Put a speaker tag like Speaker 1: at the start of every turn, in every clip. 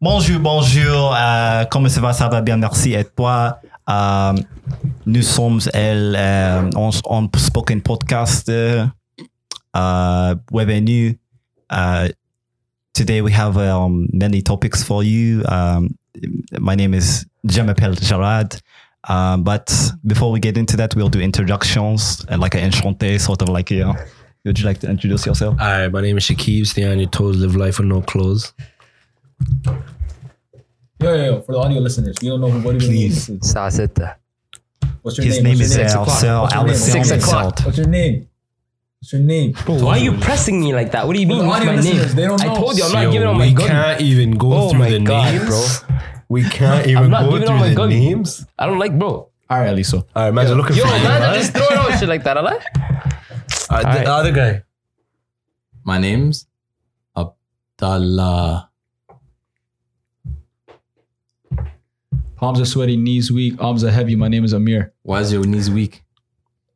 Speaker 1: Bonjour, bonjour. euh, comment ça va? Ça va bien, merci. Et toi? Euh, nous sommes elle, euh, on, on Spoken Podcast. euh, Uh, bienvenue. Uh, today we have um, many topics for you. Um, my name is Jamapel Gerard. Um, but before we get into that, we'll do introductions and like an enchante, sort of like, yeah. Would you like to introduce yourself?
Speaker 2: All right, my name is Shakib. Stay on your toes, live life with no clothes.
Speaker 3: Yo, yo, yo, for the audio listeners, you don't know who what even
Speaker 1: Please.
Speaker 3: is.
Speaker 4: Sasita.
Speaker 3: What's your
Speaker 1: His
Speaker 3: name?
Speaker 1: name
Speaker 3: What's
Speaker 1: is uh,
Speaker 3: your name?
Speaker 1: Alcel
Speaker 3: What's your name?
Speaker 4: Six
Speaker 1: Alcel
Speaker 4: o'clock.
Speaker 1: Salt.
Speaker 3: What's your name? What's your name?
Speaker 4: Why are you pressing me like that? What do you mean?
Speaker 3: Well,
Speaker 4: What's
Speaker 3: audio
Speaker 4: my name?
Speaker 3: listeners, they don't
Speaker 4: I
Speaker 3: know.
Speaker 4: told you I'm not
Speaker 2: Yo,
Speaker 4: giving out my
Speaker 2: we
Speaker 4: gun.
Speaker 2: can't even go
Speaker 4: Oh
Speaker 2: through
Speaker 4: my
Speaker 2: the
Speaker 4: God,
Speaker 2: names,
Speaker 4: bro.
Speaker 2: We can't even
Speaker 4: I'm not
Speaker 2: go
Speaker 4: giving
Speaker 2: through
Speaker 4: out my
Speaker 2: the
Speaker 4: gun.
Speaker 2: names.
Speaker 4: I don't like bro.
Speaker 5: All right, Aliso.
Speaker 2: All right, man's looking
Speaker 4: Yo,
Speaker 2: for you.
Speaker 4: man, I just throwing out shit like that. I like.
Speaker 2: Uh, the
Speaker 4: Alright.
Speaker 2: other guy.
Speaker 5: My name's Abdallah. Palms are sweaty, knees weak, arms are heavy. My name is Amir
Speaker 6: Why is your knees weak?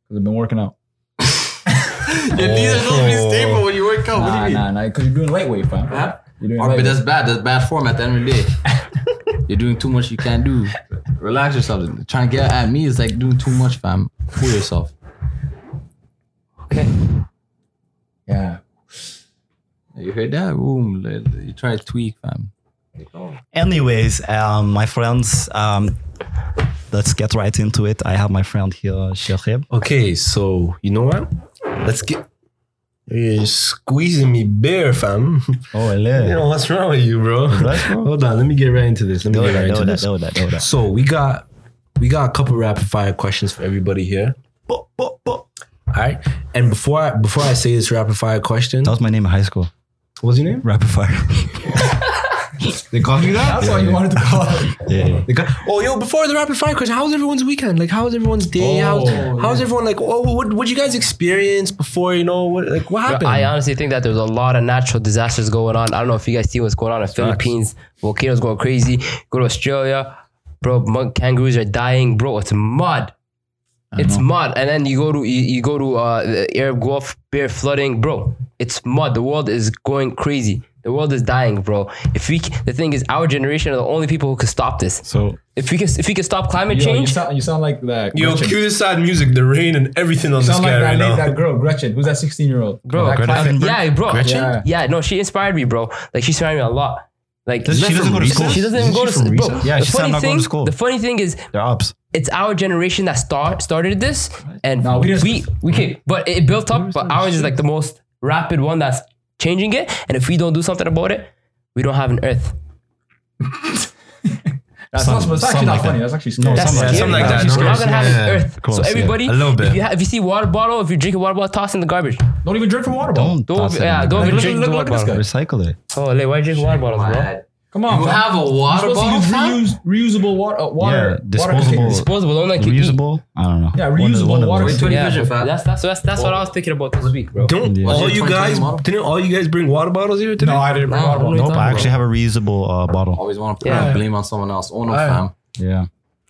Speaker 5: because I've been working out.
Speaker 6: Your knees are supposed to be stable when you wake up.
Speaker 5: Nah, nah, nah, because you're doing lightweight, fam.
Speaker 6: Huh?
Speaker 5: You're doing
Speaker 6: Or, Oh, but
Speaker 5: lightweight.
Speaker 6: that's bad. That's bad form at the end of the day. You're doing too much you can't do. Relax yourself. Trying to get at me is like doing too much, fam. Fool yourself.
Speaker 4: Okay.
Speaker 5: Yeah.
Speaker 6: You heard that? Boom. You try to tweak, fam.
Speaker 1: Anyways, um, my friends, um, let's get right into it. I have my friend here, Shahib.
Speaker 2: Okay, so you know what? Let's get. You're squeezing me bare, fam.
Speaker 1: Oh,
Speaker 2: You
Speaker 1: hello.
Speaker 2: know what's wrong with you, bro?
Speaker 1: right, bro.
Speaker 2: Hold on, let me get right into this. Let me
Speaker 1: Do
Speaker 2: get right
Speaker 1: that,
Speaker 2: into
Speaker 1: do that,
Speaker 2: this.
Speaker 1: do that, do that.
Speaker 2: So we got we got a couple rapid fire questions for everybody here.
Speaker 1: Bo- bo- bo.
Speaker 2: All right, and before I, before I say this rapid fire question,
Speaker 1: That was my name in high school.
Speaker 2: what's your name?
Speaker 1: Rapid fire.
Speaker 2: They called you that?
Speaker 3: That's why you wanted to call it.
Speaker 1: yeah.
Speaker 2: They got- oh, yo, before the rapid fire question, how was everyone's weekend? Like, how was everyone's day? How how's, how's everyone like? Oh, what what you guys experience before? You know, what like what happened?
Speaker 4: I honestly think that there's a lot of natural disasters going on. I don't know if you guys see what's going on in Philippines. Volcanoes going crazy. Go to Australia, bro. Monk kangaroos are dying, bro. It's mud. It's mud. And then you go to you, you go to uh, the Arab Gulf, bear flooding, bro. It's mud. The world is going crazy. The world is dying, bro. If we, c- the thing is, our generation are the only people who can stop this.
Speaker 5: So,
Speaker 4: If we can, if we can stop climate
Speaker 5: yo, you,
Speaker 4: change,
Speaker 5: sound, you sound like that. Gretchen.
Speaker 2: this sad music, the rain and everything on
Speaker 3: You sound like that, name, that girl, Gretchen. Who's that 16 year old?
Speaker 4: bro.
Speaker 3: That climate-
Speaker 4: yeah, bro.
Speaker 3: Yeah.
Speaker 4: Yeah, no, she inspired me, bro. Like she inspired me a lot. Like
Speaker 1: Does she doesn't go to school?
Speaker 4: She doesn't even
Speaker 1: Isn't
Speaker 4: go
Speaker 1: she
Speaker 4: to
Speaker 1: from
Speaker 4: school. Bro,
Speaker 1: Recess? Yeah,
Speaker 4: the
Speaker 1: she said
Speaker 4: funny
Speaker 1: not
Speaker 4: thing,
Speaker 1: going to school.
Speaker 4: The funny thing is,
Speaker 1: They're ups.
Speaker 4: it's our generation that start, started this, and
Speaker 3: No, we
Speaker 4: we
Speaker 3: just- Hmm.
Speaker 4: we, can, but it built up. But ours is like the most rapid one that's changing it. And if we don't do something about it, we don't have an Earth.
Speaker 3: That's, not, that's actually
Speaker 1: Something
Speaker 3: not
Speaker 1: like
Speaker 3: funny.
Speaker 1: that.
Speaker 3: That's actually scary.
Speaker 4: That's
Speaker 1: Something like-
Speaker 4: scary,
Speaker 2: something like
Speaker 4: bro.
Speaker 2: that, no?
Speaker 4: We're not gonna have
Speaker 2: Yeah,
Speaker 4: an Earth.
Speaker 1: close,
Speaker 4: so
Speaker 1: yeah.
Speaker 4: everybody,
Speaker 2: A little
Speaker 4: If
Speaker 2: bit.
Speaker 4: you, ha- if you see water bottle, if you drink a water bottle, toss it in the garbage.
Speaker 3: Don't even drink from water bottle.
Speaker 1: Don't,
Speaker 4: Don't
Speaker 1: toss it.
Speaker 4: yeah, don't
Speaker 3: Like,
Speaker 4: even
Speaker 3: look-
Speaker 4: drink
Speaker 3: look-
Speaker 4: the
Speaker 3: look
Speaker 4: water
Speaker 3: at this
Speaker 4: bottle.
Speaker 1: Recycle it.
Speaker 4: Oh, like, why drink water bottles, bro?
Speaker 3: Come on.
Speaker 6: You
Speaker 3: fam.
Speaker 6: have a
Speaker 3: You're
Speaker 6: water bottle,
Speaker 3: supposed to
Speaker 6: fam?
Speaker 3: use reuse, reusable water. Uh, water
Speaker 1: Yeah,
Speaker 3: water
Speaker 1: disposable.
Speaker 3: containers.
Speaker 4: Disposable, don't like you eat.
Speaker 1: Reusable? I don't know.
Speaker 3: Yeah,
Speaker 1: One of-
Speaker 3: reusable
Speaker 1: one of
Speaker 3: water.
Speaker 1: those.
Speaker 6: Twenty
Speaker 4: Yeah,
Speaker 6: vision, fam.
Speaker 4: that's that's that's, that's what I was thinking about this week, bro.
Speaker 2: Don't
Speaker 1: Yeah.
Speaker 2: all
Speaker 6: Was it
Speaker 2: you
Speaker 6: 2020
Speaker 2: guys
Speaker 6: model?
Speaker 2: didn't all you guys bring water bottles here today?
Speaker 3: No, I didn't bring
Speaker 4: No,
Speaker 3: water bottle.
Speaker 4: no.
Speaker 1: Nope, I
Speaker 4: Talking
Speaker 1: actually have a reusable uh, bottle.
Speaker 6: Always want to put
Speaker 4: Yeah.
Speaker 6: blame on someone else. Oh no,
Speaker 2: Alright.
Speaker 6: fam.
Speaker 1: Yeah.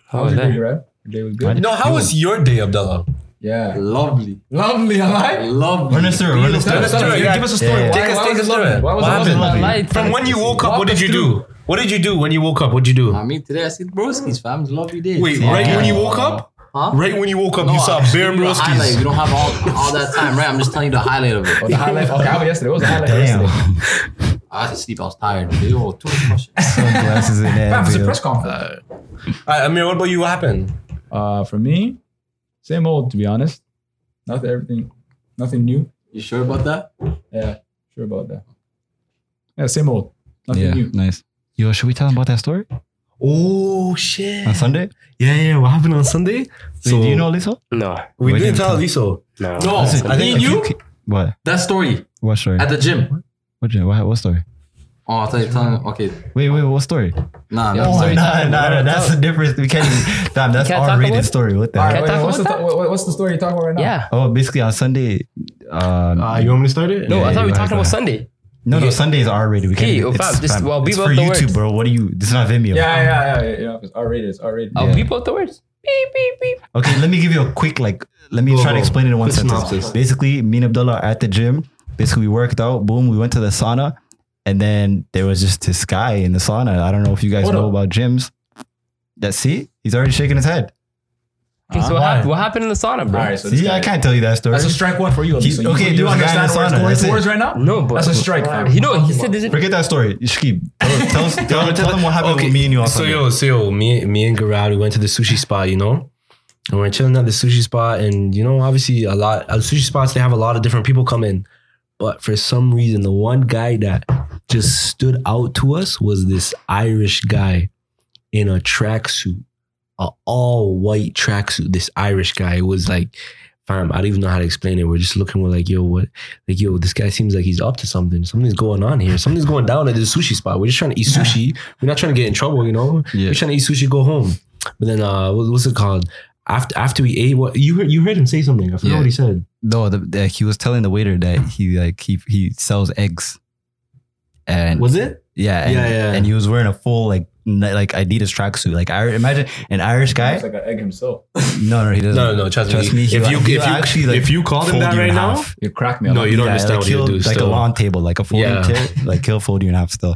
Speaker 3: How
Speaker 4: Oh,
Speaker 3: was your day, right? Your day was good?
Speaker 2: No, how was your day, Abdullah?
Speaker 3: Yeah.
Speaker 6: Lovely.
Speaker 3: Lovely, alive.
Speaker 6: Lovely.
Speaker 1: Run us through, run us
Speaker 2: Tell us a
Speaker 1: through.
Speaker 2: story.
Speaker 3: Yeah.
Speaker 2: Give us a story.
Speaker 1: Yeah.
Speaker 3: Why-
Speaker 2: Take us,
Speaker 3: why
Speaker 2: take
Speaker 3: was
Speaker 2: us
Speaker 3: it
Speaker 2: through
Speaker 3: lovely?
Speaker 2: it.
Speaker 3: Why was
Speaker 1: What
Speaker 3: it
Speaker 1: happened?
Speaker 3: lovely?
Speaker 1: Lovely.
Speaker 2: From when you woke up,
Speaker 3: Walk
Speaker 2: what
Speaker 3: us
Speaker 2: did you do? What did you do when you woke up? What did you
Speaker 6: I
Speaker 2: do?
Speaker 6: mean, today I said broskies, fam. It's a lovely day.
Speaker 2: Wait,
Speaker 6: Today.
Speaker 2: right when you woke up,
Speaker 6: Huh?
Speaker 2: right when you woke up,
Speaker 6: No,
Speaker 2: you saw
Speaker 6: I'm just
Speaker 2: bare
Speaker 6: giving you a highlight.
Speaker 2: broskies.
Speaker 6: We don't have all, all that time, right? I'm just telling you the highlight of
Speaker 3: Oh,
Speaker 6: it.
Speaker 3: the highlight. Okay, how about yesterday? What was the highlight of yesterday?
Speaker 1: Damn.
Speaker 6: I had to sleep. I was tired. Yo, too much motion.
Speaker 1: Sunglasses in there.
Speaker 3: Fam, it's a
Speaker 1: dude.
Speaker 3: press conference.
Speaker 2: Alright, Amir, what about you? What happened?
Speaker 5: Uh, for me, same old, to be honest.
Speaker 3: Nothing, everything, nothing new.
Speaker 6: You sure about that?
Speaker 3: Yeah, sure about that.
Speaker 5: Yeah, same old.
Speaker 3: Nothing
Speaker 1: Yeah,
Speaker 3: new.
Speaker 1: nice. Yo, should we tell them about that story
Speaker 2: Oh shit!
Speaker 1: on Sunday?
Speaker 2: Yeah, yeah. What happened on Sunday?
Speaker 1: So, do you know Lisa?
Speaker 4: No,
Speaker 2: we,
Speaker 1: We
Speaker 2: didn't,
Speaker 1: didn't
Speaker 2: tell Liso.
Speaker 4: no.
Speaker 6: No,
Speaker 1: Listen,
Speaker 2: I think
Speaker 6: me and you.
Speaker 1: What?
Speaker 6: That story
Speaker 1: What story?
Speaker 6: at the gym.
Speaker 1: What, what, what story?
Speaker 6: Oh, I thought you were telling. Okay,
Speaker 1: Wait, wait, what story?
Speaker 6: nah,
Speaker 4: Yeah, I'm
Speaker 6: never
Speaker 1: Oh, No,
Speaker 4: sorry.
Speaker 6: mind.
Speaker 1: no, no, that's a different. We can't. even- Damn, that's
Speaker 4: can't talk about
Speaker 1: R-rated
Speaker 4: it?
Speaker 1: story. What the
Speaker 3: All
Speaker 1: heck?
Speaker 3: right,
Speaker 4: Can I
Speaker 3: wait,
Speaker 4: talk
Speaker 3: what's, the
Speaker 4: about
Speaker 3: th- what- what's the story you're talking about right now?
Speaker 4: Yeah.
Speaker 1: Oh, basically on Sunday. Um,
Speaker 2: Uh, you want me to start it?
Speaker 4: No, I
Speaker 1: Yeah, you
Speaker 4: thought we were
Speaker 1: have
Speaker 4: talking about
Speaker 1: that.
Speaker 4: Sunday.
Speaker 1: no, no,
Speaker 2: yeah.
Speaker 1: Sunday is R-rated. We can't.
Speaker 4: Hey,
Speaker 1: even-
Speaker 4: oh,
Speaker 1: it's,
Speaker 4: fam, this-
Speaker 1: fam,
Speaker 4: well, we
Speaker 1: it's
Speaker 4: both
Speaker 1: for
Speaker 4: the
Speaker 1: YouTube,
Speaker 4: worst.
Speaker 1: bro. What do you? This is not
Speaker 3: Yeah,
Speaker 1: Vimeo.
Speaker 3: yeah, yeah, yeah. yeah. It's R rated. It's R rated.
Speaker 4: I'll
Speaker 1: Yeah.
Speaker 4: beep out the words. Beep, beep, beep.
Speaker 1: Okay, let me give you a quick like. Let me
Speaker 2: Go,
Speaker 1: try to
Speaker 2: go.
Speaker 1: explain it in one
Speaker 2: Quick
Speaker 1: sentence.
Speaker 2: synopsis.
Speaker 1: Basically, me and Abdullah are at the gym. Basically, we worked out. Boom, we went to the sauna, And then there was just this guy in the sauna. I don't know if you guys
Speaker 5: Hold
Speaker 1: know
Speaker 5: up.
Speaker 1: about gyms. That see, he's already shaking his head.
Speaker 4: Okay, so what, hap- what happened in the sauna, bro?
Speaker 3: All right, so this
Speaker 1: See, I
Speaker 3: guy-
Speaker 1: can't tell you that story.
Speaker 5: That's a strike one for you.
Speaker 1: He's-
Speaker 5: Alisa. You,
Speaker 1: okay,
Speaker 5: you,
Speaker 1: there was a guy in
Speaker 5: understand
Speaker 1: the
Speaker 5: where
Speaker 1: sauna,
Speaker 5: it's going
Speaker 1: that's it.
Speaker 5: towards right now?
Speaker 4: No, but
Speaker 5: That's a strike. fam.
Speaker 4: You know, he said this.
Speaker 1: Forget that story. Shkeep, tell, us- tell, tell, tell them what happened
Speaker 2: Okay,
Speaker 1: with me and you on
Speaker 2: So
Speaker 1: Sunday.
Speaker 2: yo, so yo, me, me and Garad, we went to the sushi spot, you know, and we're chilling at the sushi spot, and you know, obviously, a lot at sushi spots they have a lot of different people come in, but for some reason, the one guy that just stood out to us was this Irish guy in a tracksuit, a all white tracksuit. This Irish guy was like. Fam, I don't even know how to explain it. We're just looking. We're like, yo, what? Like, yo, this guy seems like he's up to something. Something's going on here. Something's going down at the sushi spot. We're just trying to eat sushi. We're not trying to get in trouble, you know.
Speaker 1: Yeah.
Speaker 2: We're trying to eat sushi, go home. But then, uh, what- what's it called? After after we ate, what you heard? You heard him say something. I forgot
Speaker 1: Yeah.
Speaker 2: what he said.
Speaker 1: No, the, the, he was telling the waiter that he like he he sells eggs, and
Speaker 2: Was it?
Speaker 1: yeah, and,
Speaker 2: Yeah, yeah.
Speaker 1: and he was wearing a full like n- like Adidas tracksuit. Like I imagine an Irish guy.
Speaker 3: Looks like an egg himself.
Speaker 1: No, no, he doesn't. he wa- he wa- actually like
Speaker 2: you called
Speaker 1: fold you in half.
Speaker 5: You crack me.
Speaker 2: no,
Speaker 5: up.
Speaker 2: you don't
Speaker 1: Yeah,
Speaker 2: understand
Speaker 1: like
Speaker 2: what he'll
Speaker 1: he'll-
Speaker 2: do.
Speaker 1: Like a
Speaker 2: still.
Speaker 1: long table, like a fold
Speaker 2: Yeah.
Speaker 1: yeah. like he'll fold you in half still.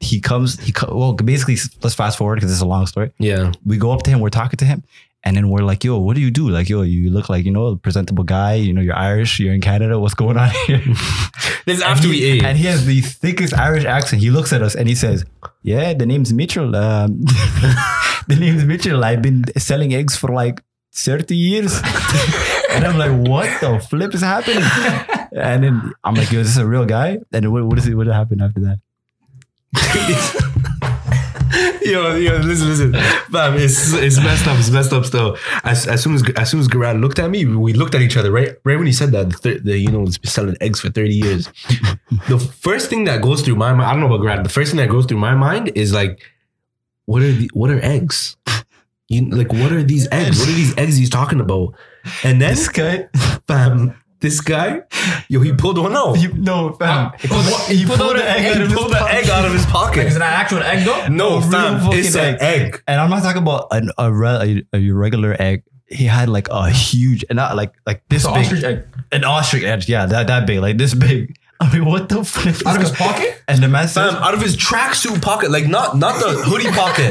Speaker 1: He comes, he co- well, basically, let's fast forward because it's a long story.
Speaker 2: yeah,
Speaker 1: we go up to him, we're talking to him, and then we're like, yo, what do you do? Like, yo, you look like, you know, a presentable guy, you know, you're Irish, you're in Canada, what's going on here?
Speaker 2: this is
Speaker 1: And
Speaker 2: after
Speaker 1: he-
Speaker 2: we ate.
Speaker 1: And he has the thickest Irish accent. He looks at us and he says, yeah, the name's Mitchell. Um, the name's Mitchell. I've been selling eggs for like 30 years. and I'm like, what the flip is happening? And then I'm like, yo, is this a real guy? And what, what is it? What happened after that?
Speaker 2: yo, yo, listen, listen, fam, it's it's messed up. It's messed up still. As, as soon as as soon as Garan looked at me, we looked at each other. Right, right when he said that, the, thir- the you know, it's been selling eggs for thirty years. the first thing that goes through my mind, I don't know about Garan. The first thing that goes through my mind is like, what are the what are eggs? You like what are these eggs? What are these eggs he's talking about? And then,
Speaker 1: This guy,
Speaker 2: fam, this guy, yo, he pulled one out.
Speaker 1: he, no, fam.
Speaker 5: He pulled what-
Speaker 1: He pulled, the egg, out of
Speaker 2: He
Speaker 1: his
Speaker 2: pulled the
Speaker 1: pocket.
Speaker 2: egg out of his pocket.
Speaker 5: Is it an actual egg though?
Speaker 2: No,
Speaker 1: A real
Speaker 2: fam,
Speaker 1: Oh, fucking
Speaker 2: it's an
Speaker 1: egg.
Speaker 2: egg.
Speaker 1: and I'm not talking about an, a, re, a, a regular egg. He had like a huge, and not like like this
Speaker 5: It's an
Speaker 1: big,
Speaker 5: ostrich egg.
Speaker 1: an ostrich egg. Yeah, that, that big, like this big. I mean, what the flip? is
Speaker 5: Out of his
Speaker 1: go-
Speaker 5: pocket?
Speaker 1: And the man says,
Speaker 2: Fam, out of his tracksuit pocket, like not not the hoodie pocket,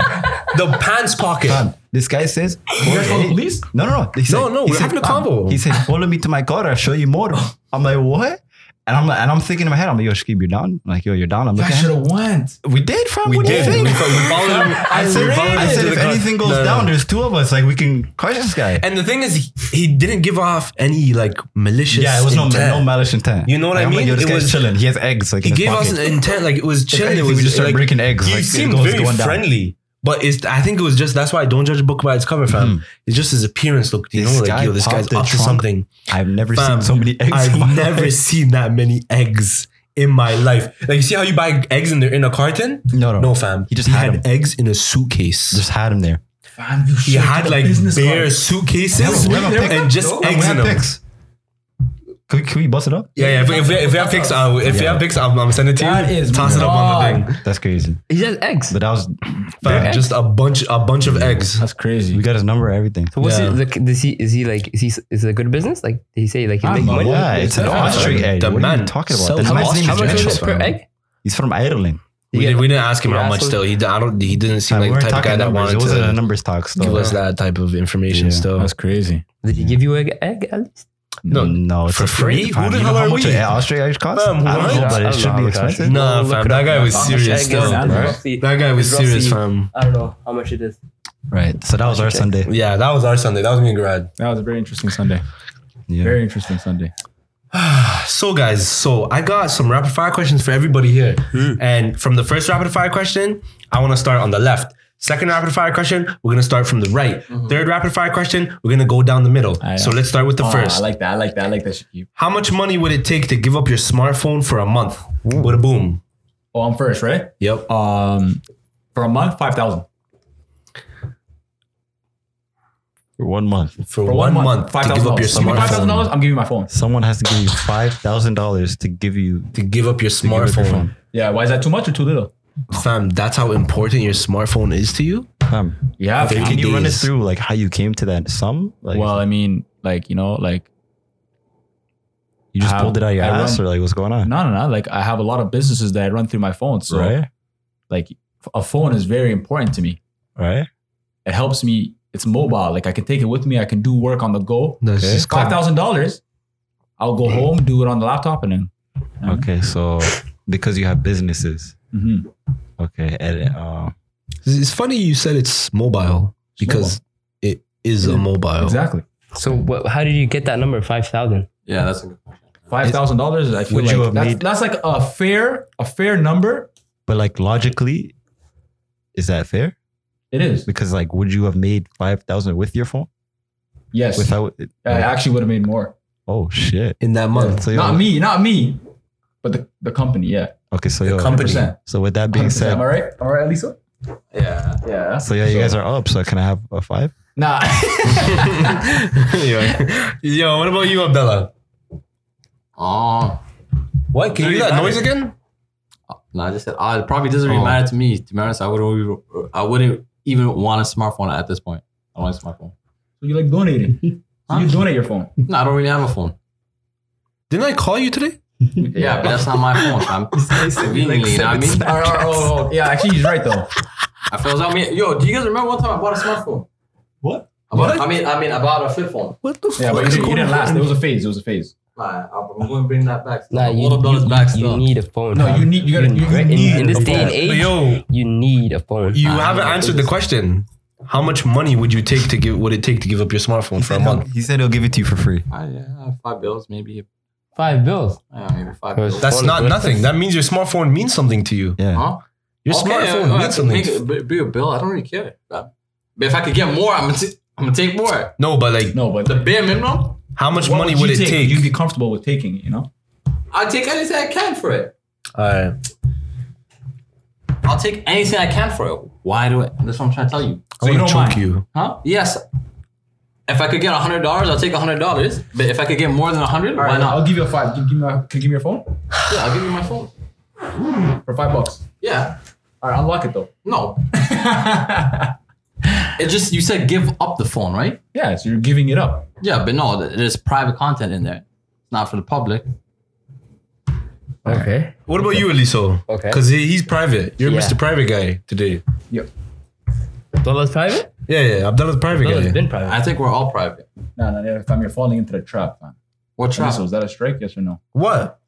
Speaker 2: the pants pocket.
Speaker 1: "Fam, this guy says,
Speaker 5: You guys call the
Speaker 1: "Hey."
Speaker 5: police?
Speaker 1: No, no, no. He said,
Speaker 2: no,
Speaker 1: he
Speaker 2: we're
Speaker 1: said,
Speaker 2: having a
Speaker 1: "Fam,"
Speaker 2: convo.
Speaker 1: He said, follow me to my car. I'll show you more. I'm like, what? And I'm like, and I'm thinking in my head, I'm like, yo, Shkib, you're down? I'm like, yo, you're down. I'm
Speaker 5: I
Speaker 1: looking at
Speaker 5: should
Speaker 1: him.
Speaker 5: have went.
Speaker 1: We did, fam.
Speaker 2: we
Speaker 1: what
Speaker 2: did.
Speaker 1: do you
Speaker 2: We,
Speaker 1: think?
Speaker 2: fo- we followed him.
Speaker 1: I
Speaker 2: we
Speaker 1: said,
Speaker 2: followed
Speaker 1: I
Speaker 2: him
Speaker 1: said
Speaker 2: to
Speaker 1: if
Speaker 2: the car.
Speaker 1: anything goes
Speaker 2: No, no.
Speaker 1: down, there's two of us. Like, we can crush this guy.
Speaker 2: And the thing is, he, he didn't give off any like malicious.
Speaker 1: Yeah, it was no,
Speaker 2: intent.
Speaker 1: no malice intent.
Speaker 2: You know what I
Speaker 1: I'm like,
Speaker 2: mean?
Speaker 1: yo, this
Speaker 2: It
Speaker 1: guy's
Speaker 2: was-
Speaker 1: chilling. He has eggs. Like,
Speaker 2: He
Speaker 1: in his
Speaker 2: gave us
Speaker 1: pocket.
Speaker 2: an intent, like it was
Speaker 1: If
Speaker 2: chilling. It
Speaker 1: anything,
Speaker 2: was
Speaker 1: we just start
Speaker 2: like,
Speaker 1: breaking eggs.
Speaker 2: He
Speaker 1: like, it
Speaker 2: seemed
Speaker 1: goes
Speaker 2: very
Speaker 1: going down.
Speaker 2: friendly, but it's I think it was just that's why I don't judge a book by its cover, fam. It's just his appearance looked, you
Speaker 1: Hmm. This
Speaker 2: know, like
Speaker 1: guy
Speaker 2: yo, this guy's
Speaker 1: popped the
Speaker 2: up to
Speaker 1: trunk.
Speaker 2: something.
Speaker 1: I've never seen
Speaker 2: Fam,
Speaker 1: so many eggs. in my
Speaker 2: I've never
Speaker 1: life.
Speaker 2: seen that many eggs in my life. Like you see how you buy eggs in the in a carton?
Speaker 1: No, no,
Speaker 2: No, fam.
Speaker 1: He just had them.
Speaker 2: eggs in a suitcase.
Speaker 1: Just had him there.
Speaker 5: Fam, you
Speaker 2: he
Speaker 5: should
Speaker 2: had
Speaker 5: get a
Speaker 2: like
Speaker 5: business
Speaker 2: bare
Speaker 5: card.
Speaker 2: suitcases
Speaker 1: We have a pic-
Speaker 2: and just
Speaker 1: No, we
Speaker 2: eggs in
Speaker 1: have
Speaker 2: them.
Speaker 1: pics. Can we, can we bust it up?
Speaker 2: Yeah, yeah. If, we- if, we, if we have pics, uh, if we have pics, I'm, I'm sending it to you.
Speaker 5: That is
Speaker 2: Toss it up on the
Speaker 5: wrong.
Speaker 2: thing.
Speaker 1: That's crazy.
Speaker 4: He says eggs.
Speaker 1: But that was
Speaker 2: Fam,
Speaker 4: eggs.
Speaker 2: just a bunch, a bunch of eggs.
Speaker 5: That's crazy.
Speaker 1: we got his number, everything.
Speaker 4: So what's
Speaker 2: Yeah.
Speaker 4: it, like, does he, is he like, is he, is it a good business? Like, did he say like he
Speaker 5: I'm
Speaker 4: makes
Speaker 5: a
Speaker 4: money?
Speaker 5: lawyer.
Speaker 1: Yeah, it's an
Speaker 5: Yeah.
Speaker 1: ostrich egg.
Speaker 2: The
Speaker 1: What are
Speaker 2: man
Speaker 1: you talking
Speaker 2: sells
Speaker 1: about? This man's
Speaker 2: ostrich
Speaker 1: name
Speaker 4: How
Speaker 1: is
Speaker 4: much
Speaker 2: eggs,
Speaker 4: is
Speaker 1: Mitchell.
Speaker 4: it per
Speaker 2: fam.
Speaker 4: egg?
Speaker 1: He's from Ireland.
Speaker 2: We,
Speaker 4: Yeah.
Speaker 2: didn't- we didn't ask him how
Speaker 4: Yeah,
Speaker 2: much
Speaker 4: so-
Speaker 2: though. He, d- I don't. He didn't seem
Speaker 1: Like,
Speaker 2: like
Speaker 1: we
Speaker 2: the
Speaker 1: weren't
Speaker 2: type of guy
Speaker 1: talking
Speaker 2: that
Speaker 1: numbers. It
Speaker 2: wanted
Speaker 1: wasn't a
Speaker 2: to
Speaker 1: numbers talk. So.
Speaker 2: give us that type of information.
Speaker 1: Yeah.
Speaker 2: Still,
Speaker 5: That's crazy.
Speaker 4: Did he give you an egg at least?
Speaker 1: No, no, it's
Speaker 2: for
Speaker 1: a
Speaker 2: free? Who
Speaker 1: fam.
Speaker 2: the
Speaker 1: You
Speaker 2: hell
Speaker 1: know
Speaker 2: are
Speaker 1: how much
Speaker 2: we?
Speaker 1: an ostrich egg costs?
Speaker 2: Fam,
Speaker 1: I don't
Speaker 2: what?
Speaker 1: know, but
Speaker 4: I
Speaker 1: it
Speaker 4: don't
Speaker 1: should
Speaker 4: know
Speaker 1: be
Speaker 4: how much that
Speaker 1: expensive.
Speaker 4: is.
Speaker 2: Nah,
Speaker 4: Look
Speaker 2: fam,
Speaker 4: it
Speaker 2: that
Speaker 4: up.
Speaker 2: guy was
Speaker 4: How much
Speaker 2: serious,
Speaker 4: egg is
Speaker 2: though,
Speaker 4: it?
Speaker 5: right?
Speaker 4: Roughly-
Speaker 2: that guy was
Speaker 4: it's roughly-
Speaker 2: serious, fam.
Speaker 4: I don't know how much it is.
Speaker 1: Right. So that was our Sunday.
Speaker 2: Yeah, that was our Sunday. That was me and Garad.
Speaker 5: That was a very interesting Sunday.
Speaker 1: Yeah.
Speaker 5: Very interesting Sunday.
Speaker 2: So, guys, so I got some rapid fire questions for everybody here. And from the first rapid fire question, I want to start on the left. Second rapid fire question, we're going to start from the right. Third rapid fire question, we're going to go down the middle.
Speaker 5: yeah.
Speaker 2: So, let's start with the
Speaker 3: Ah,
Speaker 2: first.
Speaker 3: I like that. I like that. I like that. Shakib.
Speaker 2: How much money would it take to give up your smartphone for a month? With a boom.
Speaker 5: Oh, I'm first, right?
Speaker 2: Yep.
Speaker 5: Um, for a month, five thousand.
Speaker 1: For one month.
Speaker 2: For,
Speaker 5: For
Speaker 2: one, month,
Speaker 5: five
Speaker 2: to
Speaker 5: thousand
Speaker 2: give up your
Speaker 5: dollars. Give me five thousand
Speaker 2: smartphone.
Speaker 5: dollars. I'm giving you my phone.
Speaker 1: Someone has to give you five thousand dollars to give you
Speaker 2: To give up your
Speaker 1: your
Speaker 2: smartphone.
Speaker 1: phone.
Speaker 5: Yeah. Why is that too much or too little?
Speaker 2: Fam, that's how important your smartphone is to you?
Speaker 1: fam.
Speaker 5: Yeah.
Speaker 2: Okay.
Speaker 5: fam.
Speaker 1: Can you run us
Speaker 2: days.
Speaker 1: through like how you came to that sum? Like
Speaker 5: well, I mean, like you know, like
Speaker 1: You just
Speaker 5: I-
Speaker 1: pulled it out of your
Speaker 5: I
Speaker 1: ass,
Speaker 5: run-
Speaker 1: or like what's going on?
Speaker 5: No, no, no. Like I have a lot of businesses that I run through my phone. So
Speaker 1: Right,
Speaker 5: like a phone is very important to me.
Speaker 1: right.
Speaker 5: It helps me. It's mobile. Like I can take it with me. I can do work on the go.
Speaker 2: That's
Speaker 1: Okay.
Speaker 2: just
Speaker 5: Five
Speaker 2: called-
Speaker 5: thousand dollars. I'll go home, do it on the laptop, and then. Yeah.
Speaker 1: Okay, so because you have businesses,
Speaker 5: Mhm.
Speaker 1: okay, and uh,
Speaker 2: It's funny you said it's mobile because it is a mobile.
Speaker 5: Exactly.
Speaker 4: So what, how did you get that number, 5,000?
Speaker 6: Yeah, that's a good question.
Speaker 5: Five thousand dollars. I feel
Speaker 1: Would
Speaker 5: like
Speaker 1: you have
Speaker 5: that's,
Speaker 1: made-
Speaker 5: that's like a fair, a fair number.
Speaker 1: but like logically, is that fair?
Speaker 5: It is.
Speaker 1: Because like, would you have made five thousand with your phone
Speaker 5: Yes.
Speaker 1: without? It?
Speaker 5: I actually would have made more.
Speaker 1: oh shit!
Speaker 2: In that month,
Speaker 1: So yo-
Speaker 5: Not me. Not me. But the, the company. Yeah.
Speaker 1: Okay, so yo,
Speaker 5: company.
Speaker 1: So with that being said,
Speaker 5: Am I right? All right, Elisa.
Speaker 6: Yeah.
Speaker 5: Yeah.
Speaker 1: so yeah, you guys are up. So can I have a five?
Speaker 5: Nah.
Speaker 2: yo, yo, what about you, Abdullah?
Speaker 6: Oh,
Speaker 2: What? Can you hear that noise again?
Speaker 6: no, I just said ah, it probably doesn't really
Speaker 2: Oh.
Speaker 6: matter to me. To be honest, I wouldn't. even- I wouldn't even want a smartphone at this point. I don't like smartphone.
Speaker 5: So you like donating? So you donate your phone?
Speaker 6: No, I don't really have a phone.
Speaker 2: Didn't I call you today?
Speaker 6: Yeah, but that's not my phone, fam. Conveniently, you know what I mean?
Speaker 5: All right, all right, oh, oh, yeah, actually, he's right though.
Speaker 6: I feel like, I mean, yo, do you guys remember one time I bought a smartphone?
Speaker 5: What?
Speaker 6: I bought, I mean, I mean, I bought a flip phone.
Speaker 2: What the
Speaker 5: Yeah, but
Speaker 2: is
Speaker 5: he, he
Speaker 2: going
Speaker 5: didn't last.
Speaker 2: on?
Speaker 5: It was a phase. It was a phase.
Speaker 6: Nah, I'm going to bring that back.
Speaker 4: Nah, you,
Speaker 6: All of those
Speaker 4: you-
Speaker 6: back
Speaker 4: you
Speaker 6: stuff.
Speaker 4: need a phone.
Speaker 5: No,
Speaker 4: fam.
Speaker 5: you need. You gotta. You,
Speaker 4: Right?
Speaker 5: you
Speaker 4: in,
Speaker 5: need
Speaker 4: in this
Speaker 5: a
Speaker 4: day
Speaker 5: phone.
Speaker 4: and age,
Speaker 2: yo,
Speaker 4: you need a phone.
Speaker 2: you
Speaker 4: I
Speaker 2: haven't
Speaker 4: don't know.
Speaker 2: answered the question. How much money would you take to give? Would it take to give up your smartphone for a month?
Speaker 1: He said he'll give it to you for free.
Speaker 6: Ah, yeah, five bills, maybe.
Speaker 4: Five bills.
Speaker 6: Yeah, maybe five
Speaker 4: Cause-
Speaker 6: bills.
Speaker 2: That's
Speaker 4: Phone
Speaker 2: not
Speaker 4: is-
Speaker 2: nothing. That means your smartphone means something to you.
Speaker 1: Yeah.
Speaker 6: Huh?
Speaker 2: Your
Speaker 6: Okay,
Speaker 2: smartphone
Speaker 6: yeah,
Speaker 2: means
Speaker 6: yeah,
Speaker 2: something.
Speaker 6: make it- be- Be a bill. I don't really care. fam. But if I could get more, I'm gonna, t- I'm gonna take more.
Speaker 2: no, but like,
Speaker 5: No, but
Speaker 6: The bare minimum,
Speaker 2: how much
Speaker 5: what
Speaker 2: money
Speaker 5: you
Speaker 2: would it take?
Speaker 5: You'd be comfortable with taking. You know.
Speaker 6: I'll take anything I can for it.
Speaker 2: All right.
Speaker 6: I'll take anything I can for it. Why do it? That's what I'm trying to tell you.
Speaker 2: I
Speaker 5: So
Speaker 2: want
Speaker 5: you don't
Speaker 2: to choke
Speaker 5: mind.
Speaker 2: you.
Speaker 6: Huh? Yes. If I could get hundred dollars, I'll take hundred dollars. But if I could get more than hundred, why not?
Speaker 5: I'll give you a five. Give, give me. A, can you give me your phone
Speaker 6: yeah, I'll give you my phone.
Speaker 5: for five bucks.
Speaker 6: Yeah.
Speaker 5: All right, unlock it though.
Speaker 6: No. it just you said give up the phone, right?
Speaker 5: Yeah, so you're giving it up.
Speaker 6: Yeah, but no, th- there's private content in there. It's not for the public.
Speaker 4: Okay.
Speaker 2: What about you, Eliso?
Speaker 4: Okay.
Speaker 2: Because he's private. You're
Speaker 4: Yeah.
Speaker 2: Mr. Private guy today.
Speaker 4: Dollars private?
Speaker 2: Yeah, yeah. Abdullah's private
Speaker 4: Dollars
Speaker 2: guy.
Speaker 4: been private.
Speaker 6: I think we're all private.
Speaker 5: No, no, no, fam, you're falling into the trap, man.
Speaker 6: What trap?
Speaker 5: Aliso, is that a strike? Yes or no?
Speaker 2: What?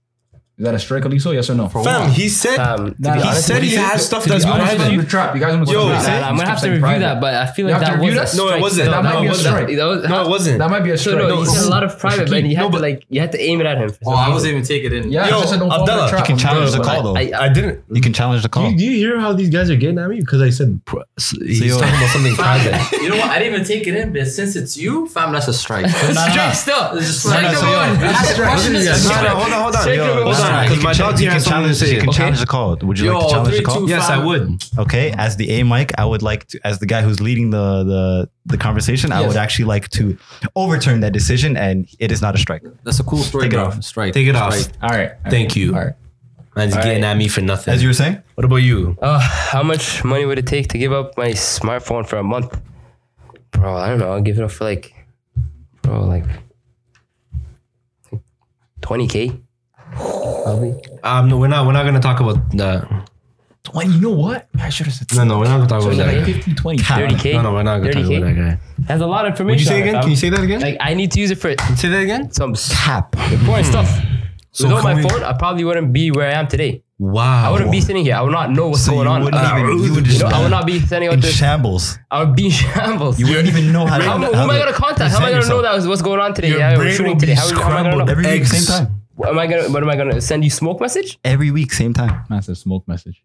Speaker 5: Is that a strike, Aliso? Yes or no?
Speaker 6: For
Speaker 2: Fam,
Speaker 6: what?
Speaker 2: he said
Speaker 4: Um, to be
Speaker 5: Nah,
Speaker 2: he
Speaker 5: nah,
Speaker 4: honest,
Speaker 2: said
Speaker 5: what
Speaker 2: he
Speaker 5: said-
Speaker 2: had
Speaker 5: to
Speaker 2: stuff
Speaker 5: be
Speaker 2: that's
Speaker 5: honest,
Speaker 2: private.
Speaker 5: in the trap. You guys want to
Speaker 2: Yo,
Speaker 5: talk
Speaker 2: he
Speaker 5: about
Speaker 2: said-
Speaker 5: that?
Speaker 4: Nah, I'm
Speaker 5: Just
Speaker 4: gonna have to
Speaker 5: keep
Speaker 4: review
Speaker 5: saying
Speaker 4: that, but I feel
Speaker 5: You
Speaker 4: like
Speaker 5: have
Speaker 4: that
Speaker 5: to review
Speaker 4: was a
Speaker 5: that?
Speaker 2: No,
Speaker 4: strike.
Speaker 2: it wasn't. No,
Speaker 5: That
Speaker 2: it
Speaker 5: might be a
Speaker 2: wasn't.
Speaker 5: strike.
Speaker 4: That was,
Speaker 2: No, it wasn't.
Speaker 5: That might be a
Speaker 4: no,
Speaker 5: strike.
Speaker 4: no,
Speaker 2: No,
Speaker 4: he said a lot of private, but you had
Speaker 2: no,
Speaker 4: to
Speaker 2: but-
Speaker 4: like you had to aim it at him. for
Speaker 6: Oh,
Speaker 4: some
Speaker 6: I wasn't
Speaker 4: reason.
Speaker 6: even taking it in.
Speaker 5: Yeah,
Speaker 2: Yo,
Speaker 5: I said don't fall
Speaker 2: Abdullah,
Speaker 5: into the
Speaker 2: you
Speaker 5: trap.
Speaker 1: can challenge the
Speaker 5: But-
Speaker 1: call though.
Speaker 4: I, I,
Speaker 2: I didn't.
Speaker 1: You can challenge the call. You-
Speaker 2: you hear how these guys are getting at me? Because I said he's
Speaker 1: you're-
Speaker 2: talking about something private.
Speaker 6: you know what? I didn't even take it in, but since it's you, fam, that's a strike.
Speaker 5: no, no.
Speaker 6: Strike still. It's a strike.
Speaker 5: no, so-
Speaker 6: Come on. Ask the question, it's a
Speaker 2: Hold
Speaker 6: strike.
Speaker 2: on, hold on, hold on.
Speaker 4: Shake
Speaker 2: Yo,
Speaker 4: it,
Speaker 2: hold
Speaker 4: hold
Speaker 2: on,
Speaker 1: Nah, you
Speaker 2: because my
Speaker 1: can
Speaker 2: dog's
Speaker 1: you
Speaker 2: here
Speaker 1: can
Speaker 2: has something to
Speaker 1: challenge.
Speaker 2: say.
Speaker 1: You can
Speaker 2: Okay.
Speaker 1: challenge the call. Would you
Speaker 6: Yo,
Speaker 1: like to challenge
Speaker 6: three,
Speaker 1: the call?
Speaker 6: two,
Speaker 2: Yes, I would.
Speaker 1: Okay, as the A mic, I would like to, as the guy who's leading the the, the conversation, I
Speaker 5: Yes.
Speaker 1: would actually like to overturn that decision, and it is not a strike.
Speaker 6: That's a cool story,
Speaker 1: Take it
Speaker 6: bro.
Speaker 1: off.
Speaker 6: Strike.
Speaker 2: Take it off.
Speaker 6: Strike.
Speaker 5: All right.
Speaker 2: Thank you.
Speaker 5: All right.
Speaker 2: Man's getting at me for nothing.
Speaker 1: As you were saying,
Speaker 2: What about you?
Speaker 4: uh, how much money would it take to give up my smartphone for a month, bro? I don't know. I'll give it up for like, bro, like twenty k. Probably.
Speaker 2: Um, no, we're not. We're not gonna talk about that.
Speaker 5: Wait, you know what? I should have said
Speaker 2: No, no, we're not gonna talk about that.
Speaker 4: like
Speaker 2: Guy.
Speaker 5: 15, 20.
Speaker 4: Thirty k.
Speaker 2: No, no, we're not gonna talk about that guy.
Speaker 4: That's a lot of information.
Speaker 2: Would you say
Speaker 4: on it,
Speaker 2: again?
Speaker 4: fam.
Speaker 2: Can you say that again?
Speaker 4: Like I need to use it for
Speaker 2: say that again.
Speaker 4: some cap important stuff.
Speaker 2: Hmm. So
Speaker 4: Without my
Speaker 2: can we- Oh.
Speaker 4: phone, I probably wouldn't be where I am today.
Speaker 2: Wow.
Speaker 4: I wouldn't be sitting here. I would not know what's
Speaker 1: So
Speaker 4: going
Speaker 1: you
Speaker 4: on.
Speaker 1: wouldn't
Speaker 4: Uh,
Speaker 1: even- you would
Speaker 4: you
Speaker 1: just
Speaker 4: know, I
Speaker 1: be
Speaker 4: would not be sending out
Speaker 1: in
Speaker 4: this.
Speaker 1: shambles.
Speaker 4: I would be in shambles.
Speaker 1: You wouldn't even know how.
Speaker 4: how,
Speaker 1: to,
Speaker 4: who am I gonna contact? How am I gonna know
Speaker 1: present
Speaker 4: that was what's going on today?
Speaker 2: Your
Speaker 4: yeah, we're
Speaker 2: brain
Speaker 4: shooting
Speaker 2: will
Speaker 4: today.
Speaker 2: be
Speaker 4: How, how am I gonna
Speaker 2: scrambled
Speaker 4: know?
Speaker 1: Every week,
Speaker 2: Eggs.
Speaker 1: same time.
Speaker 4: Am I gonna? What am I gonna send you smoke message?
Speaker 1: Every week, same time.
Speaker 5: Massive smoke message.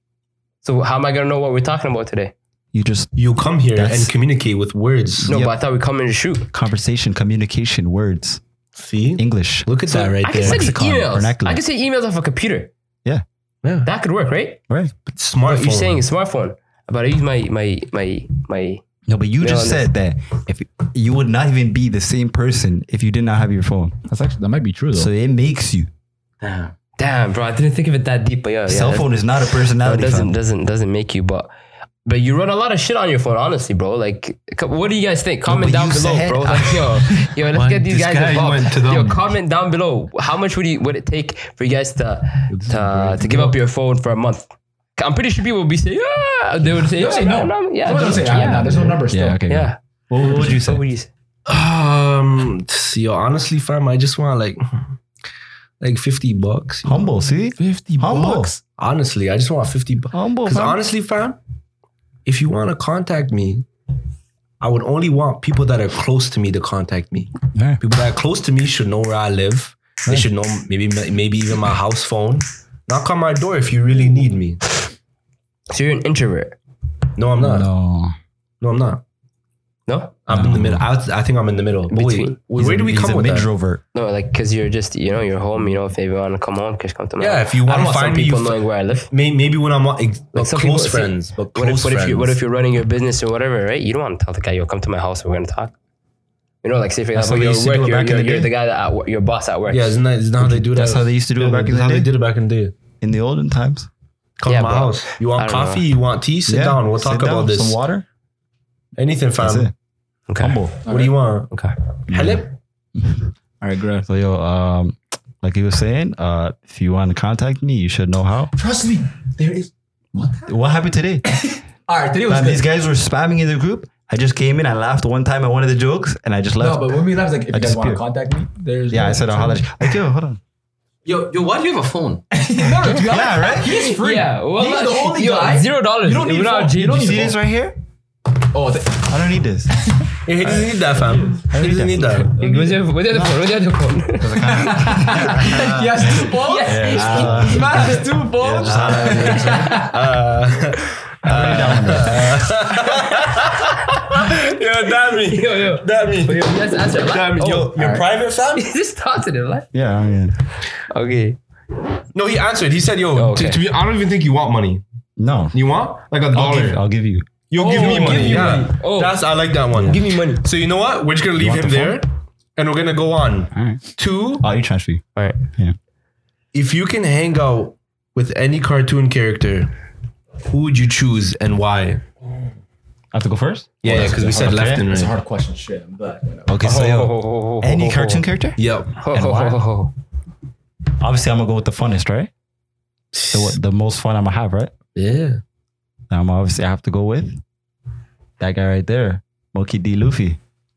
Speaker 4: So how am I gonna know what we're talking about today?
Speaker 1: You just
Speaker 2: You come here
Speaker 1: That's-
Speaker 2: and communicate with words.
Speaker 4: No,
Speaker 1: Yep.
Speaker 4: but I thought we come in to shoot.
Speaker 1: conversation, communication, words,
Speaker 2: See,
Speaker 1: English.
Speaker 2: look at that
Speaker 4: I
Speaker 2: right
Speaker 4: can
Speaker 2: there.
Speaker 4: send you
Speaker 1: Lexicon,
Speaker 4: emails.
Speaker 1: vernacular.
Speaker 4: I can send emails off a computer.
Speaker 1: Yeah.
Speaker 2: Yeah.
Speaker 4: That could work, right?
Speaker 1: Right.
Speaker 2: e- Smartphone.
Speaker 4: You're saying smartphone, but I use my my my my.
Speaker 1: No, but you
Speaker 4: Yeah,
Speaker 1: just
Speaker 4: I know.
Speaker 1: said that if you would not even be the same person if you did not have your phone.
Speaker 5: That's actually, that might be true though.
Speaker 1: So it makes you.
Speaker 6: Damn.
Speaker 4: Damn, bro, I didn't think of it that deep, but yeah, yeah
Speaker 1: Cell
Speaker 4: that-
Speaker 1: phone is not a
Speaker 4: No, Oh, it
Speaker 1: personality.
Speaker 4: doesn't
Speaker 1: fam.
Speaker 4: doesn't doesn't make you. But But you run a lot of shit on your phone, honestly, bro. Like, co- what do you guys think? Comment
Speaker 1: but
Speaker 4: down
Speaker 1: you
Speaker 4: below,
Speaker 1: said-
Speaker 4: bro. Like, yo, yo, let's
Speaker 7: Why
Speaker 4: get these
Speaker 7: this
Speaker 4: guys
Speaker 7: guy
Speaker 4: involved.
Speaker 7: went to
Speaker 4: Yo,
Speaker 7: them?
Speaker 4: comment down below. How much would you would it take for you guys to to, to give up your phone for a month? I'm pretty sure people would be saying, yeah. They would say,
Speaker 5: say
Speaker 4: yeah,
Speaker 5: no.
Speaker 4: yeah,
Speaker 5: Someone don't say, ah, nah,
Speaker 4: yeah,
Speaker 5: there's no number still.
Speaker 7: Yeah, okay.
Speaker 4: yeah.
Speaker 7: What, what would you say?
Speaker 4: What would you say?
Speaker 2: Um, yo, honestly, fam, I just want like, like fifty bucks.
Speaker 1: Humble, see?
Speaker 7: 50
Speaker 1: Humble.
Speaker 7: bucks.
Speaker 2: Honestly, I just want fifty bucks.
Speaker 1: Humble.
Speaker 2: Because
Speaker 1: fam.
Speaker 2: honestly, fam, if you want to contact me, I would only want people that are close to me to contact me.
Speaker 7: Yeah.
Speaker 2: People that are close to me should know where I live. They should know maybe maybe even my house phone. Knock on my door if you really need me.
Speaker 4: So you're an introvert?
Speaker 2: No, I'm not. No,
Speaker 7: No.
Speaker 2: I'm not.
Speaker 4: No,
Speaker 2: I'm in the middle. I, I think I'm in the middle. But wait,
Speaker 4: Between.
Speaker 2: wait, where do we
Speaker 1: He's
Speaker 2: come
Speaker 1: a
Speaker 2: with that?
Speaker 1: midrovert.
Speaker 4: no, like because you're just you know you're home. You know if you want to come home, just come to my.
Speaker 2: Yeah,
Speaker 4: house.
Speaker 2: if you
Speaker 4: I
Speaker 2: wanna
Speaker 4: don't want
Speaker 2: find
Speaker 4: some
Speaker 2: me, you
Speaker 4: people
Speaker 2: fi-
Speaker 4: knowing where I live.
Speaker 2: May, maybe when I'm not ex- but
Speaker 4: some
Speaker 2: close
Speaker 4: people-
Speaker 2: friends, but
Speaker 4: What if,
Speaker 2: close
Speaker 4: what if
Speaker 2: friends.
Speaker 4: you what if you're running your business or whatever, right? You don't want to tell the guy, "Yo, come to my house. We're gonna talk." You know, like say for
Speaker 7: That's
Speaker 4: example,
Speaker 7: what they
Speaker 4: you're
Speaker 7: used to
Speaker 4: work,
Speaker 7: do
Speaker 4: you're,
Speaker 7: it back in
Speaker 4: you're,
Speaker 7: the
Speaker 4: you're
Speaker 7: day?
Speaker 4: the guy that at work, your boss at work.
Speaker 2: yeah, isn't that, isn't that how they do that?
Speaker 1: That's how they used to do it back in
Speaker 2: That's
Speaker 1: the
Speaker 2: how they
Speaker 1: day.
Speaker 2: did it back in the day.
Speaker 1: In the olden times.
Speaker 2: Come
Speaker 4: Yeah,
Speaker 2: to my
Speaker 4: bro.
Speaker 2: house. You
Speaker 4: I
Speaker 2: want
Speaker 4: don't know.
Speaker 2: coffee? You want tea? Sit
Speaker 1: Yeah,
Speaker 2: down. We'll
Speaker 1: sit
Speaker 2: talk
Speaker 1: down,
Speaker 2: about this.
Speaker 1: Some water.
Speaker 2: Anything,
Speaker 1: That's
Speaker 2: fam.
Speaker 1: it.
Speaker 4: okay.
Speaker 1: Humble.
Speaker 2: What do you want?
Speaker 4: Okay.
Speaker 2: Hello?
Speaker 7: All right, Graf.
Speaker 1: So yo, um, like you were saying, uh, if you want to contact me, you should know how.
Speaker 3: Trust me, there is.
Speaker 1: What happened today?
Speaker 3: All right, today was
Speaker 1: Man,
Speaker 3: good.
Speaker 1: these guys were spamming in the group. I just came in, I laughed one time at one of the jokes, and I just
Speaker 3: No,
Speaker 1: left.
Speaker 3: but when we left, like, if you guys want to
Speaker 1: disappeared.
Speaker 3: contact me, there's.
Speaker 1: yeah, I said I'll holler. at you. Like, yo, hold on.
Speaker 6: Yo, yo, why do you have a phone?
Speaker 1: Yeah, right?
Speaker 3: He's free.
Speaker 4: Yeah, well,
Speaker 3: He's the only
Speaker 4: yo,
Speaker 3: guy.
Speaker 4: Zero dollars.
Speaker 3: You don't need
Speaker 4: We're not
Speaker 3: phone. You don't
Speaker 1: You
Speaker 3: need
Speaker 1: see Uh, this right here?
Speaker 3: Oh, th-
Speaker 1: I don't need this.
Speaker 2: Yeah, he doesn't need that, fam. He doesn't need that.
Speaker 4: Where's your where's your phone? Where's your phone?
Speaker 3: he has two phones.
Speaker 1: Uh,
Speaker 3: This man has two phones.
Speaker 2: Yo, damn me.
Speaker 4: yo, yo,
Speaker 2: Damn me.
Speaker 4: that's answer.
Speaker 2: Damn me. Yo, your private fam?
Speaker 4: Just talk to them, like.
Speaker 1: Yeah, I mean,
Speaker 4: Okay.
Speaker 2: No, he answered. He said, yo,
Speaker 4: Oh,
Speaker 2: to-
Speaker 4: okay.
Speaker 2: to, be, I don't even think you want money.
Speaker 1: no.
Speaker 2: You want? Like a
Speaker 1: I'll give,
Speaker 2: dollar.
Speaker 1: I'll give you.
Speaker 2: You'll give me money. yeah.
Speaker 4: Oh.
Speaker 2: That's, I like that one.
Speaker 4: Give me money.
Speaker 2: So you know what? We're just gonna leave him there, and we're gonna go on to
Speaker 1: I'll eat transfer you.
Speaker 4: All right.
Speaker 2: if you can hang out with any cartoon character, who would you choose and why?
Speaker 7: I have to go first?
Speaker 2: Yeah, yeah, because we said left and
Speaker 3: It's a
Speaker 2: right.
Speaker 3: hard question. Shit, I'm glad. You know.
Speaker 1: Okay, so yo, any cartoon character?
Speaker 2: Yep.
Speaker 4: Oh,
Speaker 7: Obviously, I'm going to go with the funnest, right? The, what- the most fun I'm going to have, right?
Speaker 2: Yeah.
Speaker 7: I'm obviously I have to go with that guy right there, Moki D. Luffy.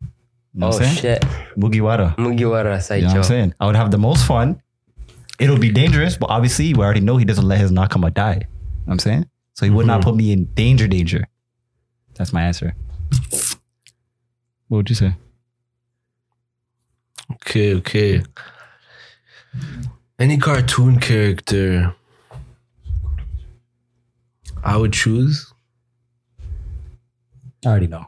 Speaker 7: You know what I'm saying?
Speaker 4: Oh, shit.
Speaker 7: Mugiwara.
Speaker 4: Mugiwara
Speaker 7: You know what I'm
Speaker 4: Saicho.
Speaker 7: saying? I would have the most fun. It'll be dangerous, but obviously we already know he doesn't let his Nakama die. You know what I'm saying? So he would
Speaker 1: Mm-hmm.
Speaker 7: not put me in danger, danger. That's my answer. What would you say?
Speaker 2: Okay. Okay. Any cartoon character I would choose.
Speaker 7: I already know.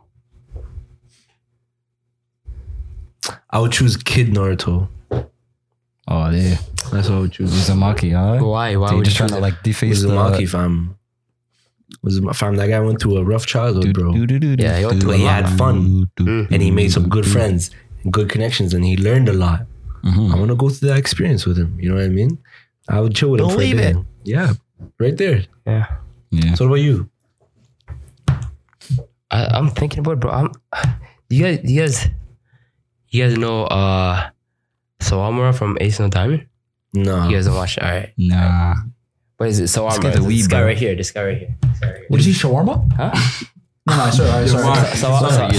Speaker 2: I would choose Kid Naruto.
Speaker 7: Oh yeah.
Speaker 2: That's what I would choose.
Speaker 7: Uzumaki, huh?
Speaker 4: Why? Why
Speaker 7: Dude,
Speaker 4: would you
Speaker 7: just trying
Speaker 4: choose
Speaker 7: to like deface the
Speaker 2: Uzumaki, fam. Uzumaki, fam. That guy went through a rough childhood,
Speaker 7: Dude,
Speaker 2: bro.
Speaker 7: dude, dude, dude,
Speaker 4: Yeah, he went through
Speaker 2: But
Speaker 7: dude.
Speaker 2: he had fun.
Speaker 7: Mm.
Speaker 2: And he made some good friends and good connections and he learned a lot.
Speaker 7: Mhm.
Speaker 2: I want to go through that experience with him. You know what I mean? I would chill with him.
Speaker 1: Believe
Speaker 2: for a day. Yeah. Right there.
Speaker 4: Yeah.
Speaker 7: Yeah.
Speaker 2: So what about you?
Speaker 4: I, I'm thinking about bro. I'm, you guys, you guys, you guys know uh, Sawamura from Ace No Diamond.
Speaker 2: No.
Speaker 4: You guys don't watch it, all right?
Speaker 7: Nah.
Speaker 4: What is it? Sawamura.
Speaker 7: the
Speaker 4: It's This
Speaker 7: weeb,
Speaker 4: guy
Speaker 7: bro.
Speaker 4: right here. This guy right here. This guy right here.
Speaker 3: What is he? Shawarma?
Speaker 4: Huh?
Speaker 3: No, no, sorry, sorry. sorry.
Speaker 4: Sawa, Sawa, Sawamura.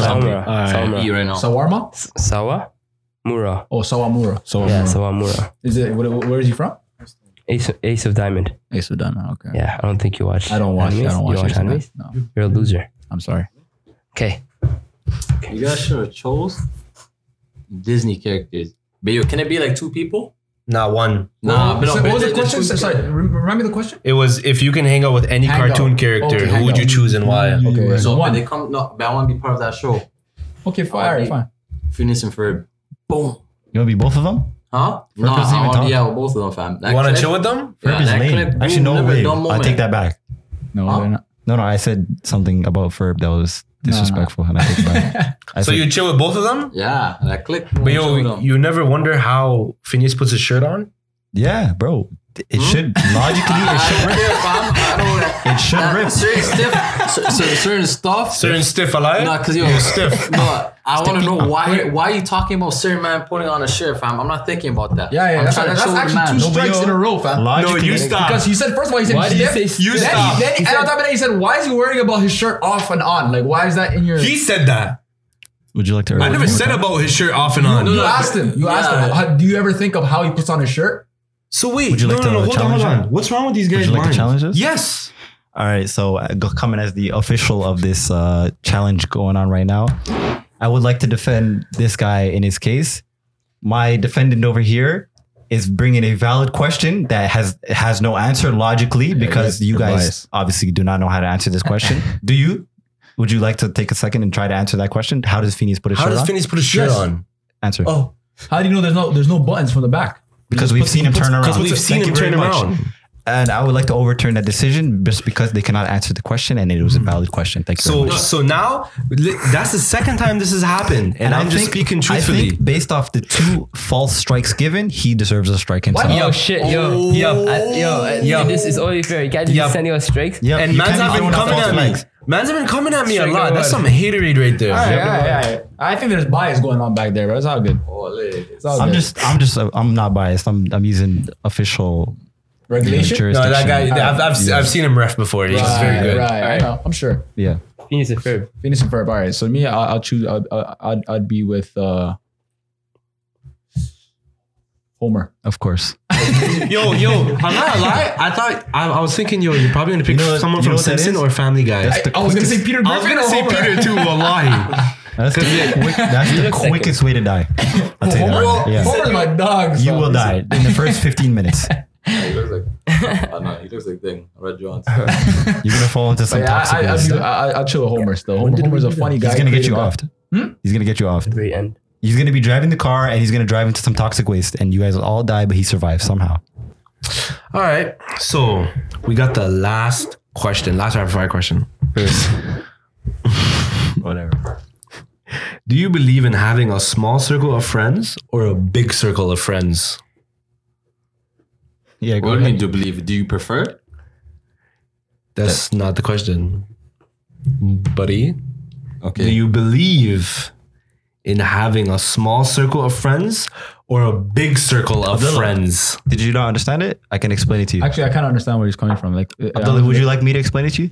Speaker 4: Sawamura.
Speaker 6: You right now.
Speaker 3: Sawarma?
Speaker 4: S- Sawamura.
Speaker 3: Oh, Sawamura.
Speaker 5: So
Speaker 4: Yeah, Sawamura.
Speaker 3: Is it? Where, where is he from?
Speaker 4: Ace, Ace of Diamond.
Speaker 5: Ace of Diamond. Okay.
Speaker 4: Yeah, I don't think you watch.
Speaker 5: I don't watch. I
Speaker 4: animes.
Speaker 5: don't watch.
Speaker 4: You watch
Speaker 5: Ace of
Speaker 4: animes?
Speaker 5: Diamond. No,
Speaker 4: You're a loser.
Speaker 5: I'm sorry.
Speaker 4: Okay.
Speaker 6: You guys should have chose Disney characters. But yo, can it be like two people?
Speaker 2: Not one.
Speaker 6: Nah, but
Speaker 3: So
Speaker 6: no,
Speaker 3: what was the
Speaker 6: but there-
Speaker 3: question?
Speaker 6: there's two
Speaker 3: Sorry,
Speaker 6: people.
Speaker 3: rem- remind me the question.
Speaker 2: It was if you can hang out with any
Speaker 3: Hang out.
Speaker 2: cartoon character,
Speaker 3: Okay,
Speaker 2: who
Speaker 3: hang
Speaker 2: would
Speaker 3: out.
Speaker 2: you choose and why?
Speaker 5: Mm-hmm.
Speaker 3: Okay,
Speaker 6: So
Speaker 3: so
Speaker 6: when
Speaker 3: one.
Speaker 6: they come, no, but I want to be part of that show.
Speaker 3: Okay, fine, all right, fine.
Speaker 6: Phineas and Ferb. Boom.
Speaker 7: You want to be both of them?
Speaker 6: Huh? No,
Speaker 7: doesn't
Speaker 6: I
Speaker 7: even
Speaker 6: want to be
Speaker 7: talk.
Speaker 6: out with both of them, fam. That
Speaker 2: You want to
Speaker 6: clip-
Speaker 2: chill with them?
Speaker 6: Yeah,
Speaker 7: Ferb is
Speaker 6: that
Speaker 7: lame.
Speaker 6: clip,
Speaker 7: Actually,
Speaker 6: boom,
Speaker 7: no
Speaker 6: never
Speaker 7: way.
Speaker 6: dull
Speaker 7: I
Speaker 6: moment.
Speaker 7: take that back.
Speaker 5: No,
Speaker 3: Uh,
Speaker 6: Huh?
Speaker 5: they're not.
Speaker 7: No, no, I said something about Ferb that was disrespectful, and I take it back. I
Speaker 2: So
Speaker 7: said-
Speaker 2: you chill with both of them?
Speaker 6: Yeah, that click.
Speaker 2: But yo, you never wonder how Phineas puts his shirt on?
Speaker 7: yeah, bro,
Speaker 6: Hmm?
Speaker 1: It should logically it
Speaker 6: I
Speaker 1: should
Speaker 6: don't care, fam. I don't wanna-
Speaker 1: it should
Speaker 6: Nah,
Speaker 1: rip.
Speaker 6: Certain stuff, cer- cer- certain stuff.
Speaker 2: Certain stiff alive.
Speaker 6: Nah, cause yo, stiff. No, I want to know why. Why you talking about certain man putting on a shirt, fam? I'm not thinking about that.
Speaker 5: Yeah, yeah.
Speaker 6: I'm
Speaker 5: That's,
Speaker 6: trying to
Speaker 5: that's
Speaker 6: show the
Speaker 5: actually two
Speaker 1: No, but
Speaker 5: strikes
Speaker 1: yo-
Speaker 5: in a row, fam.
Speaker 2: no,
Speaker 1: Logically,
Speaker 2: you stop.
Speaker 5: Because he said first of all, he said
Speaker 4: Why do you
Speaker 5: stiff.
Speaker 4: say stiff?
Speaker 5: Then
Speaker 2: Stop.
Speaker 5: he, then he, and on top of that, he said, "Why is he worrying about his shirt off and on? Like, why is that in your?"
Speaker 2: he said that.
Speaker 1: Would you like to?
Speaker 2: I never said about his shirt off and on.
Speaker 5: you
Speaker 6: no,
Speaker 5: asked him. You asked him.
Speaker 6: Yeah.
Speaker 5: How, do you ever think of how he puts on his shirt?
Speaker 2: So wait,
Speaker 1: Would you like
Speaker 2: no, no,
Speaker 1: to
Speaker 2: no, hold on,
Speaker 1: challenge
Speaker 2: hold
Speaker 1: him?
Speaker 2: on. What's wrong with these guys'
Speaker 1: you like to
Speaker 2: minds?
Speaker 1: challenge us?
Speaker 2: Yes.
Speaker 1: All right, so uh, go- coming as the official of this uh, challenge going on right now, I would like to defend this guy in his case. My defendant over here is bringing a valid question that has has no answer logically because
Speaker 8: yeah,
Speaker 1: you guys
Speaker 8: advice.
Speaker 1: obviously do not know how to answer this question. do you? Would you like to take a second and try to answer that question? How does Phineas put his
Speaker 2: How
Speaker 1: shirt
Speaker 2: does
Speaker 1: on?
Speaker 2: Phineas put his shirt
Speaker 5: Yes.
Speaker 2: on?
Speaker 1: answer
Speaker 5: Oh, how do you know there's no there's no buttons from the back?
Speaker 1: because we've seen him turn around.
Speaker 2: Because we've
Speaker 1: Thank
Speaker 2: seen him
Speaker 1: you very
Speaker 2: turn
Speaker 1: much.
Speaker 2: around.
Speaker 1: and I would like to overturn that decision just because they cannot answer the question and it was a valid question. Thank you. very
Speaker 2: Hmm. So
Speaker 1: much.
Speaker 2: so now li- that's the second time this has happened, and, I'm just speaking
Speaker 1: I
Speaker 2: truthfully.
Speaker 1: think based off the two false strikes given, he deserves a strike himself.
Speaker 4: Yo, Oh, shit, yo, yo, I, yo, I- This is only fair. You can't just
Speaker 2: Yup.
Speaker 4: send your strikes.
Speaker 1: Yep,
Speaker 2: and
Speaker 1: you
Speaker 2: man's
Speaker 1: can't
Speaker 2: have
Speaker 1: be
Speaker 2: been
Speaker 1: throwing out
Speaker 2: coming
Speaker 1: false
Speaker 2: at me.
Speaker 1: flags.
Speaker 2: Man's have been coming at me a
Speaker 4: Straight
Speaker 2: lot. That's
Speaker 4: away.
Speaker 2: some haterade right there.
Speaker 5: I think there's bias going on back there, bro. It's all good. It's all
Speaker 1: I'm
Speaker 5: good.
Speaker 1: just, I'm just, I'm not biased. I'm, I'm using official
Speaker 5: regulation.
Speaker 1: jurisdiction.
Speaker 2: No, that guy. I've, I've, I've seen him ref before. He's
Speaker 5: Right,
Speaker 2: very good.
Speaker 5: Right, I know. I'm sure.
Speaker 1: Yeah,
Speaker 4: Phoenix is fair.
Speaker 5: Phoenix and Ferb. All right. So me, I'll, I'll choose. I'd, I'd, I'd be with uh, Homer.
Speaker 1: of course.
Speaker 2: Yo, yo, I'm not a lie. I thought I, I was thinking, yo, you're probably gonna pick
Speaker 1: You know what-
Speaker 2: someone
Speaker 1: you know
Speaker 2: from
Speaker 1: what that
Speaker 2: Simpson
Speaker 1: is?
Speaker 2: or Family Guy.
Speaker 1: That's the,
Speaker 5: I was gonna say Peter Griffin.
Speaker 2: I was gonna
Speaker 5: or
Speaker 2: say
Speaker 5: Homer.
Speaker 2: Peter too, wallahi.
Speaker 1: that's the, quick, that's the
Speaker 4: looks like
Speaker 1: quickest way to die. I'll tell you that. right
Speaker 5: Homer,
Speaker 1: now. Yeah.
Speaker 5: Homer's my dog.
Speaker 1: You
Speaker 5: so-
Speaker 1: will die in the first 15 minutes.
Speaker 6: Yeah, he looks like. I know he looks like thing. Red Jones.
Speaker 1: You're gonna fall into some
Speaker 5: But yeah,
Speaker 1: toxic.
Speaker 5: I, I, I'd
Speaker 1: waste.
Speaker 5: be, I, I'll chill with Homer still. Homer, Homer's a funny guy.
Speaker 1: He's gonna get you
Speaker 5: creative guy.
Speaker 1: off.
Speaker 5: Hmm?
Speaker 1: He's gonna get you off.
Speaker 4: Great end.
Speaker 1: He's gonna be driving the car and he's gonna drive into some toxic waste, and you guys will all die, but he survives somehow.
Speaker 2: All right. So we got the last question, last rapid fire question.
Speaker 1: Whatever.
Speaker 2: Do you believe in having a small circle of friends or a big circle of friends?
Speaker 1: Yeah, go
Speaker 6: What do you
Speaker 1: ahead.
Speaker 6: mean? Do you believe? Do you prefer?
Speaker 2: That's not the question. Buddy, do
Speaker 6: Okay.
Speaker 2: you believe in having a small circle of friends or a big circle of friends?
Speaker 1: Did you not understand it? I can explain it to you.
Speaker 5: Actually, I kind of understand where he's coming from. Like, uh,
Speaker 1: Abdullah, would you like me to explain it to you?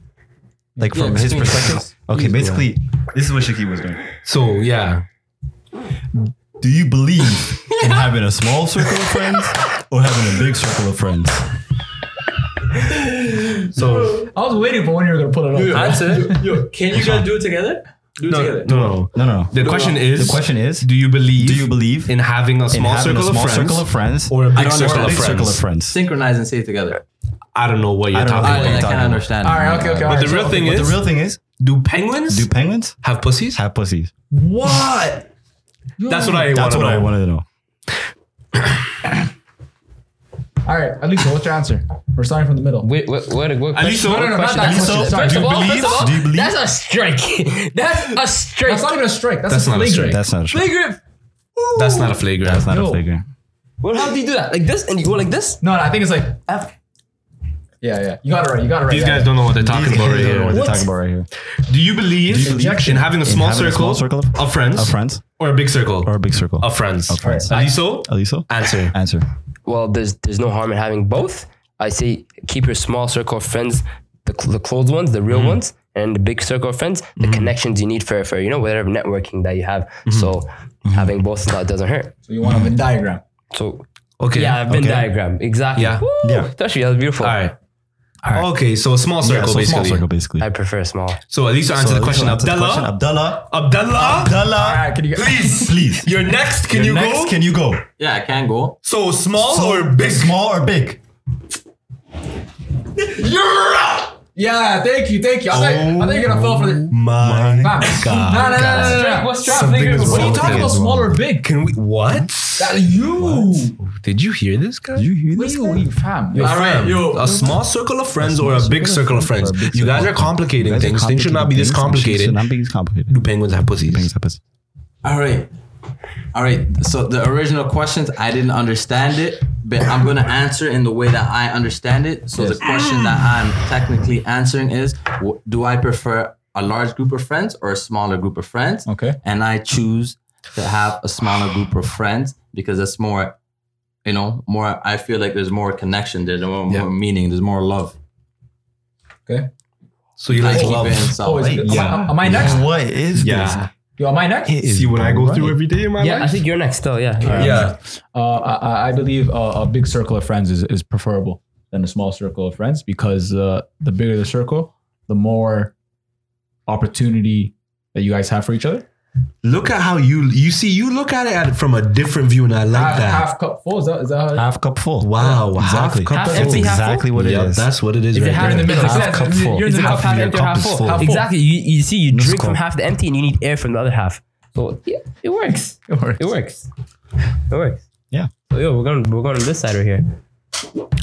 Speaker 1: Like
Speaker 6: Yeah,
Speaker 1: from his
Speaker 6: explain.
Speaker 1: perspective? Okay, basically, this is what Shaki was doing.
Speaker 2: So, yeah.
Speaker 1: Do you believe in having a small circle of friends or having a big circle of friends?
Speaker 2: So,
Speaker 5: I was waiting for when you were gonna pull it up.
Speaker 2: answer.
Speaker 9: Can you guys do it together? Do it
Speaker 2: No, no,
Speaker 9: together.
Speaker 2: no.
Speaker 1: No, no, no.
Speaker 2: The question
Speaker 1: The
Speaker 2: is
Speaker 1: question is
Speaker 2: Do you believe
Speaker 1: Do you believe
Speaker 2: in having a
Speaker 1: in
Speaker 2: small,
Speaker 1: having
Speaker 2: circle,
Speaker 1: a small
Speaker 2: of friends
Speaker 1: circle of friends
Speaker 2: or a
Speaker 6: I
Speaker 2: big,
Speaker 6: don't
Speaker 2: circle,
Speaker 1: or
Speaker 6: know.
Speaker 1: a
Speaker 2: of
Speaker 1: big
Speaker 2: friends?
Speaker 1: circle of friends?
Speaker 6: synchronize and say it together?
Speaker 2: I don't know what you're
Speaker 1: I don't know.
Speaker 2: talking
Speaker 1: I-
Speaker 2: about.
Speaker 6: I,
Speaker 1: talking
Speaker 6: I can't
Speaker 1: about?
Speaker 6: understand.
Speaker 5: All right, okay, okay. all
Speaker 2: But
Speaker 5: right,
Speaker 2: the real
Speaker 5: so-
Speaker 2: thing
Speaker 1: But the
Speaker 2: is,
Speaker 1: real thing is,
Speaker 2: do penguins
Speaker 1: do penguins
Speaker 2: have pussies?
Speaker 1: have pussies?
Speaker 2: What? That's what I want
Speaker 1: That's
Speaker 2: to
Speaker 1: what I
Speaker 2: know.
Speaker 1: wanted to know.
Speaker 5: All right, Aliso, what's your answer? We're starting from the middle.
Speaker 4: Wait, what? What? what
Speaker 2: At least
Speaker 4: question-
Speaker 2: no, no,
Speaker 4: what
Speaker 2: no,
Speaker 4: question-
Speaker 5: not that
Speaker 4: that's-
Speaker 5: question.
Speaker 4: First
Speaker 5: Do
Speaker 4: of
Speaker 5: you
Speaker 4: all, first
Speaker 1: believe-
Speaker 4: of all,
Speaker 1: do you believe-
Speaker 4: That's a strike. that's a strike.
Speaker 5: That's not even a strike. That's,
Speaker 2: That's
Speaker 5: a
Speaker 2: not a
Speaker 5: flagrant.
Speaker 2: strike.
Speaker 1: That's not a strike.
Speaker 4: Flagrant.
Speaker 2: That's not a flagrant.
Speaker 1: That's not
Speaker 5: Yo.
Speaker 1: a figure.
Speaker 4: Well, how do you do that? Like this, and you go like this?
Speaker 5: No, no, I think it's like F. Yeah, yeah. You got it right. You got it right.
Speaker 2: These
Speaker 5: yeah,
Speaker 2: guys
Speaker 5: yeah.
Speaker 2: don't know what they're talking about right
Speaker 1: What
Speaker 2: here.
Speaker 1: they're talking about right here.
Speaker 2: Do you believe,
Speaker 5: Injection.
Speaker 2: in having a small,
Speaker 1: having a
Speaker 2: circle,
Speaker 1: small circle of-
Speaker 2: of friends,
Speaker 1: Of friends
Speaker 2: or a big circle
Speaker 1: or a big circle?
Speaker 2: of friends?
Speaker 1: Of friends.
Speaker 2: Aliso,
Speaker 1: Aliso?
Speaker 2: answer.
Speaker 1: Answer.
Speaker 4: Well, there's there's no harm in having both. I say keep your small circle of friends, the, cl- the close ones, the real ones, and the big circle of friends, the connections you need for for you know whatever networking that you have. So having both of that doesn't hurt.
Speaker 5: So you want a Venn diagram.
Speaker 4: So
Speaker 2: Okay.
Speaker 4: yeah, I've been
Speaker 1: Okay.
Speaker 4: diagram exactly.
Speaker 2: Yeah.
Speaker 4: Woo!
Speaker 1: Yeah.
Speaker 4: Actually, that's beautiful.
Speaker 2: All right. Okay, so a small circle,
Speaker 1: Yeah, so
Speaker 2: basically.
Speaker 1: small circle, basically.
Speaker 4: I prefer small.
Speaker 2: So Aliso answer
Speaker 1: So
Speaker 2: the question.
Speaker 1: answer the question.
Speaker 2: Abdullah,
Speaker 1: Abdullah.
Speaker 2: Abdullah,
Speaker 1: Abdullah.
Speaker 5: All right, can you
Speaker 2: please,
Speaker 1: Please.
Speaker 2: You're next. Can you
Speaker 1: Next,
Speaker 2: go?
Speaker 1: can you go?
Speaker 6: Yeah, I can go.
Speaker 2: so small
Speaker 1: So,
Speaker 2: or big?
Speaker 1: Small or big?
Speaker 5: Yeah, thank you, thank you. I thought, I thought you're gonna fall for the.
Speaker 2: Oh My
Speaker 5: Nah, nah, nah, nah, nah, nah.
Speaker 9: What's strap?
Speaker 2: Something
Speaker 9: Flagrant.
Speaker 2: is
Speaker 5: What are
Speaker 2: wrong.
Speaker 5: you talking about? Small or big?
Speaker 2: Can we? What?
Speaker 5: That you.
Speaker 2: Did you hear this guy?
Speaker 1: you hear
Speaker 5: What you, you, fam?
Speaker 2: All right,
Speaker 6: Fam,
Speaker 2: yo, a small circle of friends or a big circle of friends.
Speaker 1: big
Speaker 2: You guys
Speaker 1: circle.
Speaker 2: are complicating things. Things should not be this
Speaker 1: Things should
Speaker 2: complicated.
Speaker 1: not be this complicated.
Speaker 2: Do penguins have pussies?
Speaker 1: Things happen.
Speaker 6: All right. All right. So the original questions, I didn't understand it, but I'm gonna answer in the way that I understand it. So the question that I'm technically answering is: wh- Do I prefer a large group of friends or a smaller group of friends?
Speaker 5: Okay.
Speaker 6: And I choose to have a smaller group of friends because that's more, you know, more. I feel like there's more connection. There's more, more meaning. There's more love.
Speaker 5: Okay.
Speaker 2: So you
Speaker 6: I
Speaker 2: like
Speaker 6: keep
Speaker 2: love.
Speaker 6: it inside.
Speaker 5: Oh, is it,
Speaker 2: Yeah.
Speaker 5: am, I, am I next?
Speaker 1: What is
Speaker 2: Yeah.
Speaker 5: Yo, am I next?
Speaker 2: See what I go through every day in my
Speaker 4: Yeah, I
Speaker 2: life.
Speaker 4: think you're next still. Yeah.
Speaker 2: yeah.
Speaker 5: Uh, I- I, I believe uh, a big circle of friends is, is preferable than a small circle of friends because uh, the bigger the circle, the more opportunity that you guys have for each other.
Speaker 2: Look at how you you see you look at it at, from a different view, and I like
Speaker 5: half,
Speaker 2: that.
Speaker 5: half cup full. Is that, is that how
Speaker 1: Half cup full.
Speaker 2: wow,
Speaker 1: Exactly.
Speaker 2: half cup
Speaker 4: Half
Speaker 2: full.
Speaker 1: That's
Speaker 4: empty, half full?
Speaker 1: exactly what it is.
Speaker 2: Yeah, that's what it is.
Speaker 5: If
Speaker 2: right
Speaker 5: you're half in the
Speaker 2: there.
Speaker 5: middle,
Speaker 1: Half
Speaker 5: yeah,
Speaker 1: cup full.
Speaker 5: you're in the
Speaker 1: Half
Speaker 5: half, half
Speaker 1: of your
Speaker 5: empty,
Speaker 1: cup
Speaker 5: half
Speaker 1: is
Speaker 5: full.
Speaker 1: full.
Speaker 5: half full.
Speaker 4: Exactly. You, you see, you drink
Speaker 1: Nusko.
Speaker 4: from half the empty and you need air from the other half. So yeah, it works. It works. It works. It works.
Speaker 1: Yeah.
Speaker 4: So yo, we're going we're going to this side right here.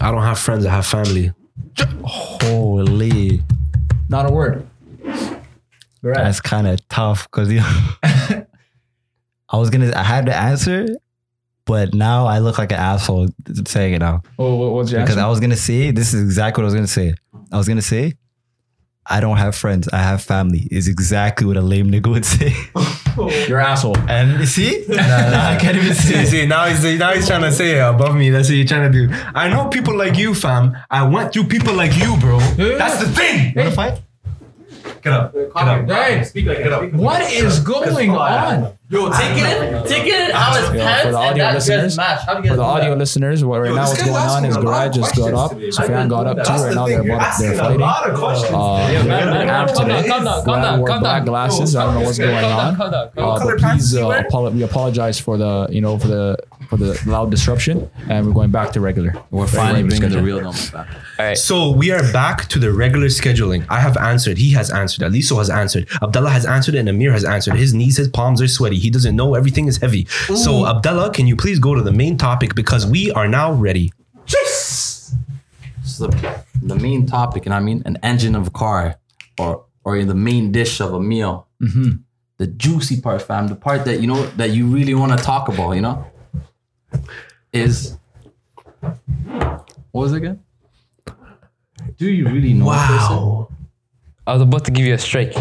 Speaker 2: I don't have friends. I have family.
Speaker 1: Holy.
Speaker 5: Not a word. Right.
Speaker 1: That's kind of tough because you. I was gonna. I had to answer, but now I look like an asshole saying it now
Speaker 5: Oh, what was your
Speaker 1: because
Speaker 5: answer?
Speaker 1: I was gonna say this is exactly what I was gonna say. I was gonna say, I don't have friends. I have family. Is exactly what a lame nigga would say.
Speaker 5: You're an asshole.
Speaker 1: And see, Now I can't even
Speaker 2: See,
Speaker 1: say.
Speaker 2: see, now he's now he's trying to say it above me. That's what you're trying to do. I know people like you, fam. I went through people like you, bro. That's the thing.
Speaker 1: Wanna fight?
Speaker 2: Get up. Get up.
Speaker 5: Hey,
Speaker 10: Speak like it.
Speaker 5: what is going on?
Speaker 10: Yo, take it in, take it in out of his
Speaker 5: Yo,
Speaker 10: hands
Speaker 5: for
Speaker 10: and
Speaker 5: the audio
Speaker 10: that
Speaker 5: listeners,
Speaker 10: just match. How do you guys do
Speaker 5: For the
Speaker 10: that?
Speaker 5: audio listeners, what right
Speaker 2: Yo,
Speaker 5: now
Speaker 2: this
Speaker 5: what's
Speaker 2: guy's
Speaker 5: going on
Speaker 2: asking
Speaker 5: is
Speaker 2: a lot of
Speaker 5: Garage just got
Speaker 2: questions
Speaker 5: up,
Speaker 2: today, man.
Speaker 5: Sufyan got up too.
Speaker 2: That's
Speaker 5: Right
Speaker 2: the
Speaker 5: now
Speaker 2: thing.
Speaker 5: they're
Speaker 2: You're
Speaker 5: both
Speaker 2: asking
Speaker 5: they're
Speaker 2: a
Speaker 5: fighting.
Speaker 2: lot of questions.
Speaker 5: Uh,
Speaker 2: today,
Speaker 5: man,
Speaker 2: man.
Speaker 5: I'm
Speaker 10: Calm down,
Speaker 5: today.
Speaker 10: calm down, calm
Speaker 5: Brad
Speaker 10: down,
Speaker 5: wore
Speaker 10: calm
Speaker 5: black
Speaker 10: down.
Speaker 5: glasses. I don't know what's going on.
Speaker 10: Calm down, calm
Speaker 5: Uh,
Speaker 10: down.
Speaker 5: but please, uh, apolo- we apologize for the you know for the for the loud disruption, and we're going back to regular.
Speaker 6: We're finally bringing the real numbers back.
Speaker 2: So we are back to the regular scheduling. I have answered. He has answered. Aliso has answered. Abdullah has answered, and Amir has answered. His knees, his palms are sweaty. He doesn't know. Everything is heavy. So Abdullah, can you please go to the main topic because we are now ready.
Speaker 6: It's the, the main topic, and I mean an engine of a car or or in the main dish of a meal.
Speaker 5: Mm-hmm.
Speaker 6: The juicy part, fam, the part that you know that you really want to talk about, you know, is what was it again? Do you really know? a
Speaker 4: I was about to give you a strike.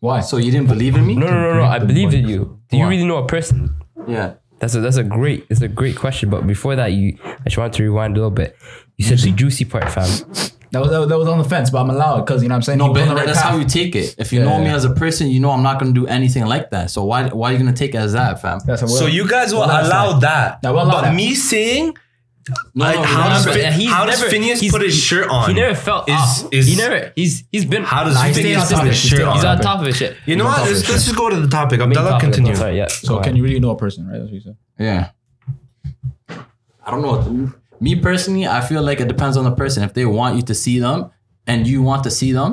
Speaker 5: Why?
Speaker 6: person? So you didn't believe in me?
Speaker 4: No, no, no, no. I believe in you. Do you really know a person?
Speaker 6: Yeah.
Speaker 4: That's a that's a great it's a great question. But before that, you I just wanted to rewind a little bit. You said
Speaker 5: Mm-hmm.
Speaker 4: the juicy part, fam.
Speaker 5: That was, that was that was on the fence, but I'm allowed because you know what I'm saying.
Speaker 6: No,
Speaker 5: He was on
Speaker 6: but
Speaker 5: the right
Speaker 6: that's
Speaker 5: path.
Speaker 6: how you take it. If you
Speaker 5: Yeah,
Speaker 6: know me
Speaker 5: yeah.
Speaker 6: as a person, you know I'm not gonna do anything like that. So why why are you gonna take it as that, fam?
Speaker 5: That's how
Speaker 2: So
Speaker 5: we're-
Speaker 2: you guys will
Speaker 5: we're not
Speaker 2: allow
Speaker 5: outside.
Speaker 2: that.
Speaker 5: Yeah, we'll allow
Speaker 2: but
Speaker 5: that.
Speaker 2: me saying
Speaker 6: No,
Speaker 2: like,
Speaker 6: no,
Speaker 2: how, does,
Speaker 6: remember-
Speaker 2: Fin-
Speaker 4: Yeah, he's
Speaker 2: how does
Speaker 4: never-
Speaker 2: Phineas
Speaker 4: he's-
Speaker 2: put his shirt on?
Speaker 4: He never felt
Speaker 2: Is-
Speaker 4: up.
Speaker 2: is-
Speaker 4: he never he's he's been
Speaker 2: How does
Speaker 4: Nah,
Speaker 2: he
Speaker 4: he's
Speaker 2: think
Speaker 4: staying
Speaker 2: he's
Speaker 4: on
Speaker 2: putting
Speaker 4: top of
Speaker 2: his
Speaker 4: it. He's
Speaker 2: shirt
Speaker 4: still- he's
Speaker 2: on?
Speaker 4: on top of his shit.
Speaker 2: You know what? Let's, let's just go to the topic. Abdullah, continue.
Speaker 4: Sorry, yeah.
Speaker 5: So can you really know a person, right? That's what you said.
Speaker 6: Yeah. I don't know. what to- Me personally, I feel like it depends on the person. If they want you to see them and you want to see them,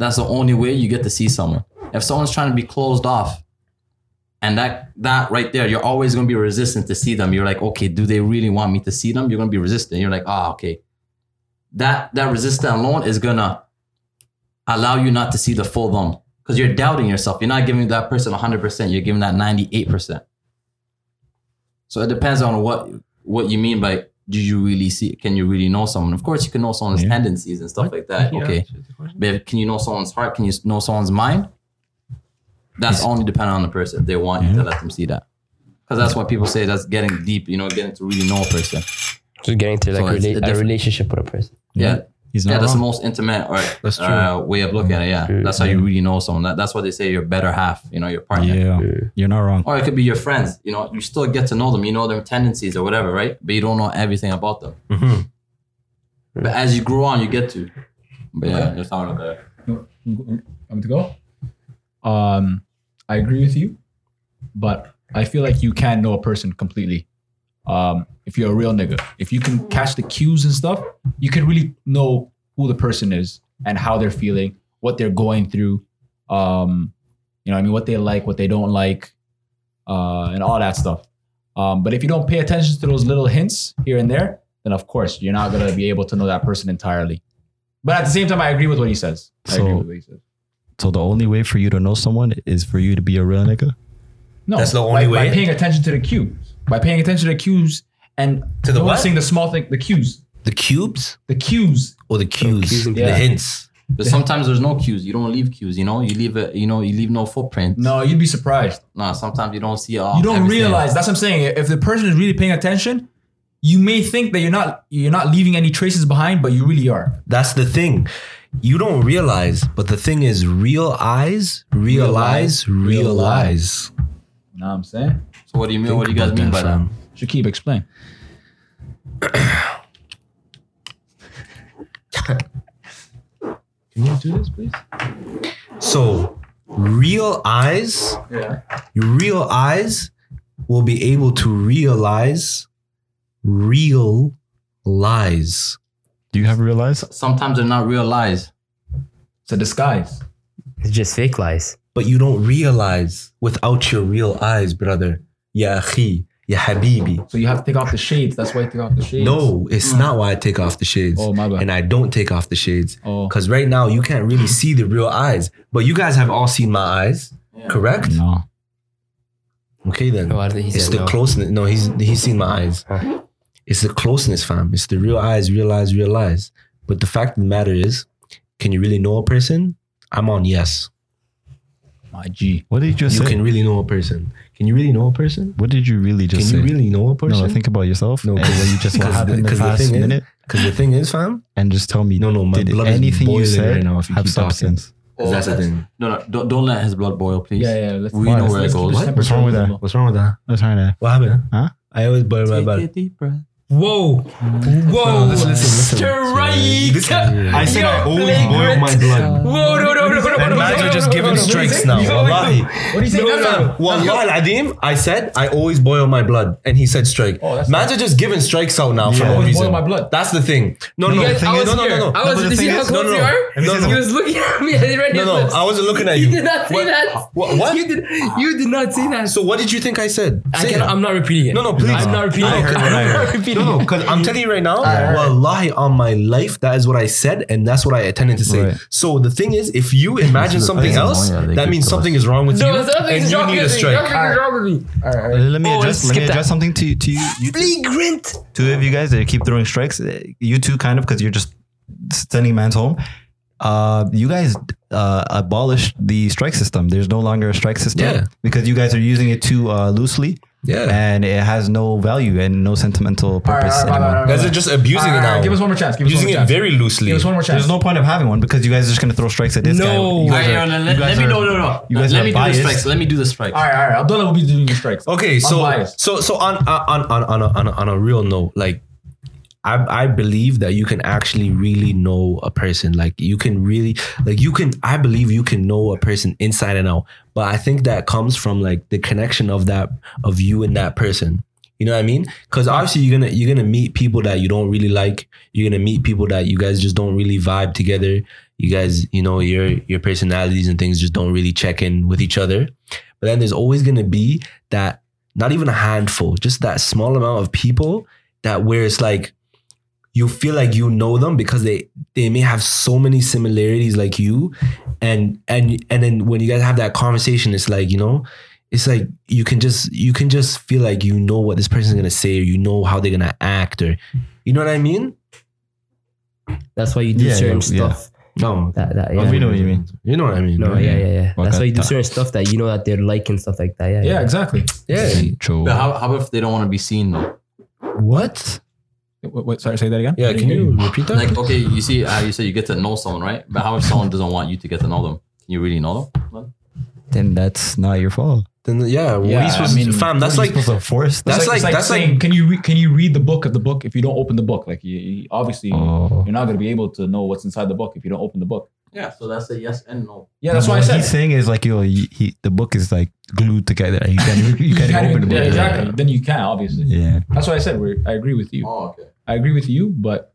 Speaker 6: that's the only way you get to see someone. If someone's trying to be closed off, and that that right there, you're always gonna be resistant to see them. You're like, okay, do they really want me to see them? You're gonna be resistant. You're like, ah, okay. That that resistance alone is gonna allow you not to see the full them because you're doubting yourself. You're not giving that person 100. percent You're giving that 98. percent so it depends on what what you mean by do you really see? Can you really know someone? Of course, you can know someone's tendencies and stuff like that. Okay, but can you know someone's heart? Can you know someone's mind? That's only dependent on the person. If they want you to let them see that, because that's what people say. That's getting deep. You know, getting to really know a person.
Speaker 4: Just getting to like
Speaker 6: So it's
Speaker 4: rela-
Speaker 6: a
Speaker 4: a
Speaker 6: different-
Speaker 4: relationship with a person.
Speaker 6: Yeah,
Speaker 1: He's
Speaker 6: yeah.
Speaker 1: not
Speaker 6: That's the
Speaker 1: wrong.
Speaker 6: most intimate or
Speaker 2: That's true.
Speaker 6: uh, way of looking at it. Yeah,
Speaker 4: True.
Speaker 6: that's how you really know someone. That, that's what they say. Your better half. You know, your partner.
Speaker 1: Yeah, you're not wrong.
Speaker 6: Or it could be your friends. You know, you still get to know them. You know their tendencies or whatever, right? But you don't know everything about them.
Speaker 2: Mhm.
Speaker 6: But as you grow on, you get to. But yeah, just talking about that.
Speaker 5: I'm to go. Um, I agree with you, but I feel like you can know a person completely. Um, if you're a real nigga, if you can catch the cues and stuff, you can really know who the person is and how they're feeling, what they're going through. Um, you know, what I mean, what they like, what they don't like, uh, and all that stuff. Um, but if you don't pay attention to those little hints here and there, then of course you're not gonna be able to know that person entirely. But at the same time, I agree with what he says. I agree
Speaker 1: So-
Speaker 5: with what he says.
Speaker 1: So the only way for you to know someone is for you to be a real nigga.
Speaker 5: No,
Speaker 2: That's the only
Speaker 5: by,
Speaker 2: way?
Speaker 5: By paying attention to the cues, by paying attention to the cues and
Speaker 2: To the what?
Speaker 5: noticing the small thing, the cues,
Speaker 2: The cubes
Speaker 5: the cues.
Speaker 2: or the cues?
Speaker 5: Yeah.
Speaker 2: The hints.
Speaker 6: But sometimes there's no cues. You don't leave cues. You know, you leave a, You know, you leave no footprint.
Speaker 5: No, you'd be surprised.
Speaker 6: no. Sometimes you don't see. all
Speaker 5: You don't
Speaker 6: everything.
Speaker 5: realize. That's what I'm saying. If the person is really paying attention, you may think that you're not you're not leaving any traces behind, but you really are.
Speaker 2: That's the thing. You don't realize, but the thing is, real eyes realize, realize.
Speaker 5: You know what I'm saying?
Speaker 6: So what do you mean? What do you guys
Speaker 2: About
Speaker 6: mean by that?
Speaker 2: fam.
Speaker 5: Shakib, explain. Can you do this, please?
Speaker 2: So, real eyes,
Speaker 5: Yeah.
Speaker 2: your real eyes will be able to realize, real lies.
Speaker 1: Do you have realized?
Speaker 6: Sometimes they're not realized.
Speaker 5: It's a disguise.
Speaker 4: It's just fake lies.
Speaker 2: But you don't realize without your real eyes, brother. Ya akhi, ya habibi.
Speaker 5: So you have to take off the shades. That's why you take off the shades.
Speaker 2: No, it's not why I take off the shades.
Speaker 5: Mm. Oh, my bad.
Speaker 2: And I don't take off the shades.
Speaker 5: Oh.
Speaker 2: Because right now you can't really see the real eyes. But you guys have all seen my eyes, correct?
Speaker 5: No.
Speaker 2: Okay then.
Speaker 4: No, I think he
Speaker 2: it's
Speaker 4: said
Speaker 2: the
Speaker 4: no.
Speaker 2: closeness. No, he's he's seen my eyes. It's the closeness, fam. It's the real eyes, real eyes, real eyes. But the fact of the matter is, can you really know a person? I'm on yes.
Speaker 5: My G.
Speaker 1: What did you just
Speaker 2: You
Speaker 1: say?
Speaker 2: can really know a person. Can you really know a person?
Speaker 1: what did you really
Speaker 2: Can
Speaker 1: just
Speaker 2: you
Speaker 1: say?
Speaker 2: really know a person?
Speaker 1: no, think about yourself.
Speaker 2: No,
Speaker 1: No, and
Speaker 2: 'cause-
Speaker 1: what you just what
Speaker 2: 'cause
Speaker 1: happened
Speaker 2: the-
Speaker 1: in the
Speaker 2: 'cause the
Speaker 1: past
Speaker 2: thing is-
Speaker 1: minute,
Speaker 2: Because the thing is, fam,
Speaker 1: and just tell me.
Speaker 2: No, no, my
Speaker 1: did
Speaker 2: blood is
Speaker 1: anything you
Speaker 2: boiling
Speaker 1: said
Speaker 2: right now if you
Speaker 1: have
Speaker 2: keep talking.
Speaker 1: substance?
Speaker 2: that's the thing.
Speaker 6: No, no. Don't, don't let his blood boil, please.
Speaker 5: Yeah, yeah. Let's,
Speaker 6: We know where it
Speaker 5: keep
Speaker 6: goes.
Speaker 5: this
Speaker 6: What?
Speaker 5: temperature
Speaker 1: What's wrong with that?
Speaker 5: reasonable.
Speaker 2: What's wrong with that?
Speaker 1: That's right.
Speaker 2: What happened?
Speaker 1: Huh?
Speaker 2: I always boil my
Speaker 6: Take a
Speaker 2: blood.
Speaker 6: deep breath.
Speaker 4: Whoa. Whoa.
Speaker 2: listen, listen.
Speaker 4: Strike.
Speaker 1: I said I
Speaker 4: Yo,
Speaker 1: always
Speaker 4: play
Speaker 1: boil my blood.
Speaker 4: Whoa, no, no, no, no, no,
Speaker 2: And
Speaker 4: no,
Speaker 2: man's
Speaker 4: no,
Speaker 2: are just
Speaker 4: no,
Speaker 2: giving
Speaker 4: no, no.
Speaker 2: strikes now. Wallahi.
Speaker 5: What do you say?
Speaker 2: No,
Speaker 5: No, no, no.
Speaker 2: Wallahi, Adim, I said I always boil my blood, and he said strike.
Speaker 5: Oh, that's
Speaker 2: Mans are just giving strikes out now for
Speaker 1: Yeah.
Speaker 2: no
Speaker 5: Always
Speaker 2: reason.
Speaker 5: boil my blood.
Speaker 2: That's the thing. No, no,
Speaker 4: You guys,
Speaker 2: the thing
Speaker 4: I
Speaker 2: is,
Speaker 4: was
Speaker 2: no, no,
Speaker 4: here.
Speaker 2: no, no.
Speaker 4: I
Speaker 1: but
Speaker 4: was.
Speaker 1: the
Speaker 4: Did you see
Speaker 1: thing
Speaker 4: how
Speaker 1: is-
Speaker 4: close
Speaker 2: no, no,
Speaker 4: you
Speaker 2: no.
Speaker 4: are?
Speaker 1: Let me see
Speaker 4: He
Speaker 1: some-
Speaker 4: was looking at me. I read
Speaker 2: No,
Speaker 4: his
Speaker 2: no,
Speaker 4: lips.
Speaker 2: I wasn't looking at
Speaker 4: You
Speaker 2: you.
Speaker 4: did not say
Speaker 2: What-
Speaker 4: that.
Speaker 2: What? what?
Speaker 4: You did. You did not say that.
Speaker 2: So what did you think I said?
Speaker 4: I
Speaker 2: Say
Speaker 4: cannot,
Speaker 2: it.
Speaker 4: I'm not repeating it.
Speaker 2: No, no, please.
Speaker 4: I'm not repeating
Speaker 2: I
Speaker 4: it.
Speaker 2: heard what I
Speaker 4: I'm
Speaker 2: heard.
Speaker 4: not repeating
Speaker 2: No,
Speaker 4: it.
Speaker 2: no, because I'm telling you right now, wallahi, on my life, that is what I said, and that's what I intended to say.
Speaker 1: Right.
Speaker 2: So the thing is, if you imagine something else, that means something is wrong with you,
Speaker 4: No,
Speaker 2: and
Speaker 4: nothing's
Speaker 2: you
Speaker 4: wrong
Speaker 2: need a
Speaker 4: with me.
Speaker 2: strike.
Speaker 4: Nothing's wrong with me.
Speaker 1: Let me
Speaker 4: Oh, let's
Speaker 1: address. Let me
Speaker 4: skip that.
Speaker 1: address something to to you. you two,
Speaker 4: Flagrant.
Speaker 1: two of you guys that keep throwing strikes. uh, You two kind of because you're just sending man's home. Uh, you guys uh, abolished the strike system. There's no longer a strike system
Speaker 2: Yeah.
Speaker 1: because you guys are using it too uh, loosely.
Speaker 2: Yeah.
Speaker 1: and it has no value and no sentimental purpose
Speaker 5: All right, all right,
Speaker 1: anymore.
Speaker 5: all right, all
Speaker 2: Guys are
Speaker 5: right.
Speaker 2: just abusing
Speaker 5: All
Speaker 2: it
Speaker 5: right, all
Speaker 2: now.
Speaker 5: right, Give us one more chance. Give us one
Speaker 2: Using
Speaker 5: more
Speaker 2: it
Speaker 5: chance.
Speaker 2: very loosely.
Speaker 5: Give us one more chance.
Speaker 1: There's no point of having one because you guys are just gonna throw strikes at this
Speaker 4: No.
Speaker 1: guy. You
Speaker 6: Alright,
Speaker 1: guys
Speaker 6: yo,
Speaker 1: are-
Speaker 6: let,
Speaker 1: you guys
Speaker 6: let me
Speaker 1: are-
Speaker 6: no no no.
Speaker 1: you guys
Speaker 6: let
Speaker 1: are
Speaker 6: me
Speaker 1: biased.
Speaker 6: do the strikes. Let me do the strikes.
Speaker 5: All right, all right. Abdullah will be doing the strikes.
Speaker 2: Okay, so
Speaker 5: biased.
Speaker 2: so so on uh, on on on a, on, a, on a real note, like I I believe that you can actually really know a person. Like you can really like you can I believe you can know a person inside and out. But I think that comes from like the connection of that of you and that person. You know what I mean? Because obviously you're gonna you're gonna meet people that you don't really like. You're gonna meet people that you guys just don't really vibe together. You guys, you know, your your personalities and things just don't really check in with each other. But then there's always gonna be that not even a handful, just that small amount of people that where it's like you feel like you know them because they they may have so many similarities like you and and and then when you guys have that conversation it's like you know it's like you can just you can just feel like you know what this person's gonna say or you know how they're gonna act or you know what i mean
Speaker 4: That's why you do
Speaker 1: Yeah,
Speaker 4: certain
Speaker 1: yeah.
Speaker 4: stuff.
Speaker 2: no
Speaker 4: That, that,
Speaker 1: Oh, we
Speaker 4: yeah.
Speaker 1: know what you mean.
Speaker 2: you know what i mean
Speaker 4: No,
Speaker 2: right?
Speaker 4: yeah, yeah, yeah.
Speaker 1: Well,
Speaker 4: That's why you do
Speaker 1: that-
Speaker 4: certain stuff that you know that they're liking stuff like that. Yeah,
Speaker 5: yeah, exactly.
Speaker 2: yeah
Speaker 1: True.
Speaker 6: But how, how if they don't want to be seen though?
Speaker 2: what
Speaker 5: Wait, wait, sorry, say that again.
Speaker 2: yeah can you repeat that
Speaker 6: Like okay, you see, uh, you say you get to know someone, right? But how if someone doesn't want you to get to know them? Can you really know them?
Speaker 1: Then that's not your fault.
Speaker 2: then, yeah, what are
Speaker 5: Yeah,
Speaker 2: you
Speaker 5: I
Speaker 2: supposed
Speaker 5: mean,
Speaker 2: to fam that's like
Speaker 1: You're supposed to force that.
Speaker 2: That's
Speaker 5: That's like,
Speaker 2: like-
Speaker 5: it's like
Speaker 2: that's like-
Speaker 5: saying, can you re- can you read the book of the book if you don't open the book? Like, you, you- obviously,
Speaker 1: Oh.
Speaker 5: you're not going to be able to know what's inside the book if you don't open the book.
Speaker 6: Yeah. So that's a yes and no.
Speaker 5: Yeah, that's why I
Speaker 1: what
Speaker 5: said.
Speaker 1: he's saying is like yo, he, he, the book is like glued together. You can't you can't
Speaker 5: can't
Speaker 1: even open
Speaker 5: even-
Speaker 1: the
Speaker 5: yeah,
Speaker 1: book.
Speaker 5: exactly. Then you can obviously.
Speaker 1: Yeah.
Speaker 5: That's why I said we're, I agree with you.
Speaker 6: Oh, okay.
Speaker 5: I agree with you, but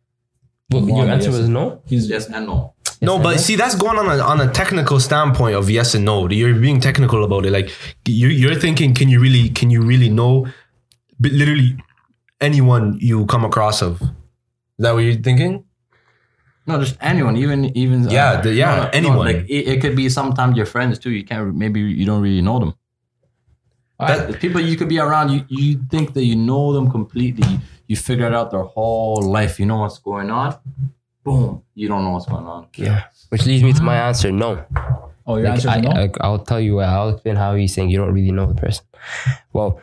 Speaker 4: Well,
Speaker 5: Come
Speaker 4: your
Speaker 5: on,
Speaker 4: answer
Speaker 5: yes.
Speaker 4: was no.
Speaker 5: he's
Speaker 6: Yes and no.
Speaker 2: No,
Speaker 4: Yes, I
Speaker 2: but
Speaker 4: know.
Speaker 2: see, that's going on a, on a technical standpoint of yes and no. You're being technical about it. Like you're, you're thinking, can you really, can you really know, but literally anyone you come across of? Is that what you're thinking?
Speaker 6: No, just anyone, even even uh,
Speaker 2: Yeah, the- yeah,
Speaker 6: no, no, no,
Speaker 2: anyone.
Speaker 6: like it, it could be sometimes your friends too. You can't maybe you don't really know them. That, people you could be around, you, you think that you know them completely. You figured out their whole life. You know what's going on. Boom. You don't know what's going on.
Speaker 4: Yeah. Which leads me to my answer. No.
Speaker 5: Oh, your
Speaker 4: Like,
Speaker 5: answer
Speaker 4: I,
Speaker 5: is no.
Speaker 4: I, I'll tell you. I'll explain how he's saying you don't really know the person. Well,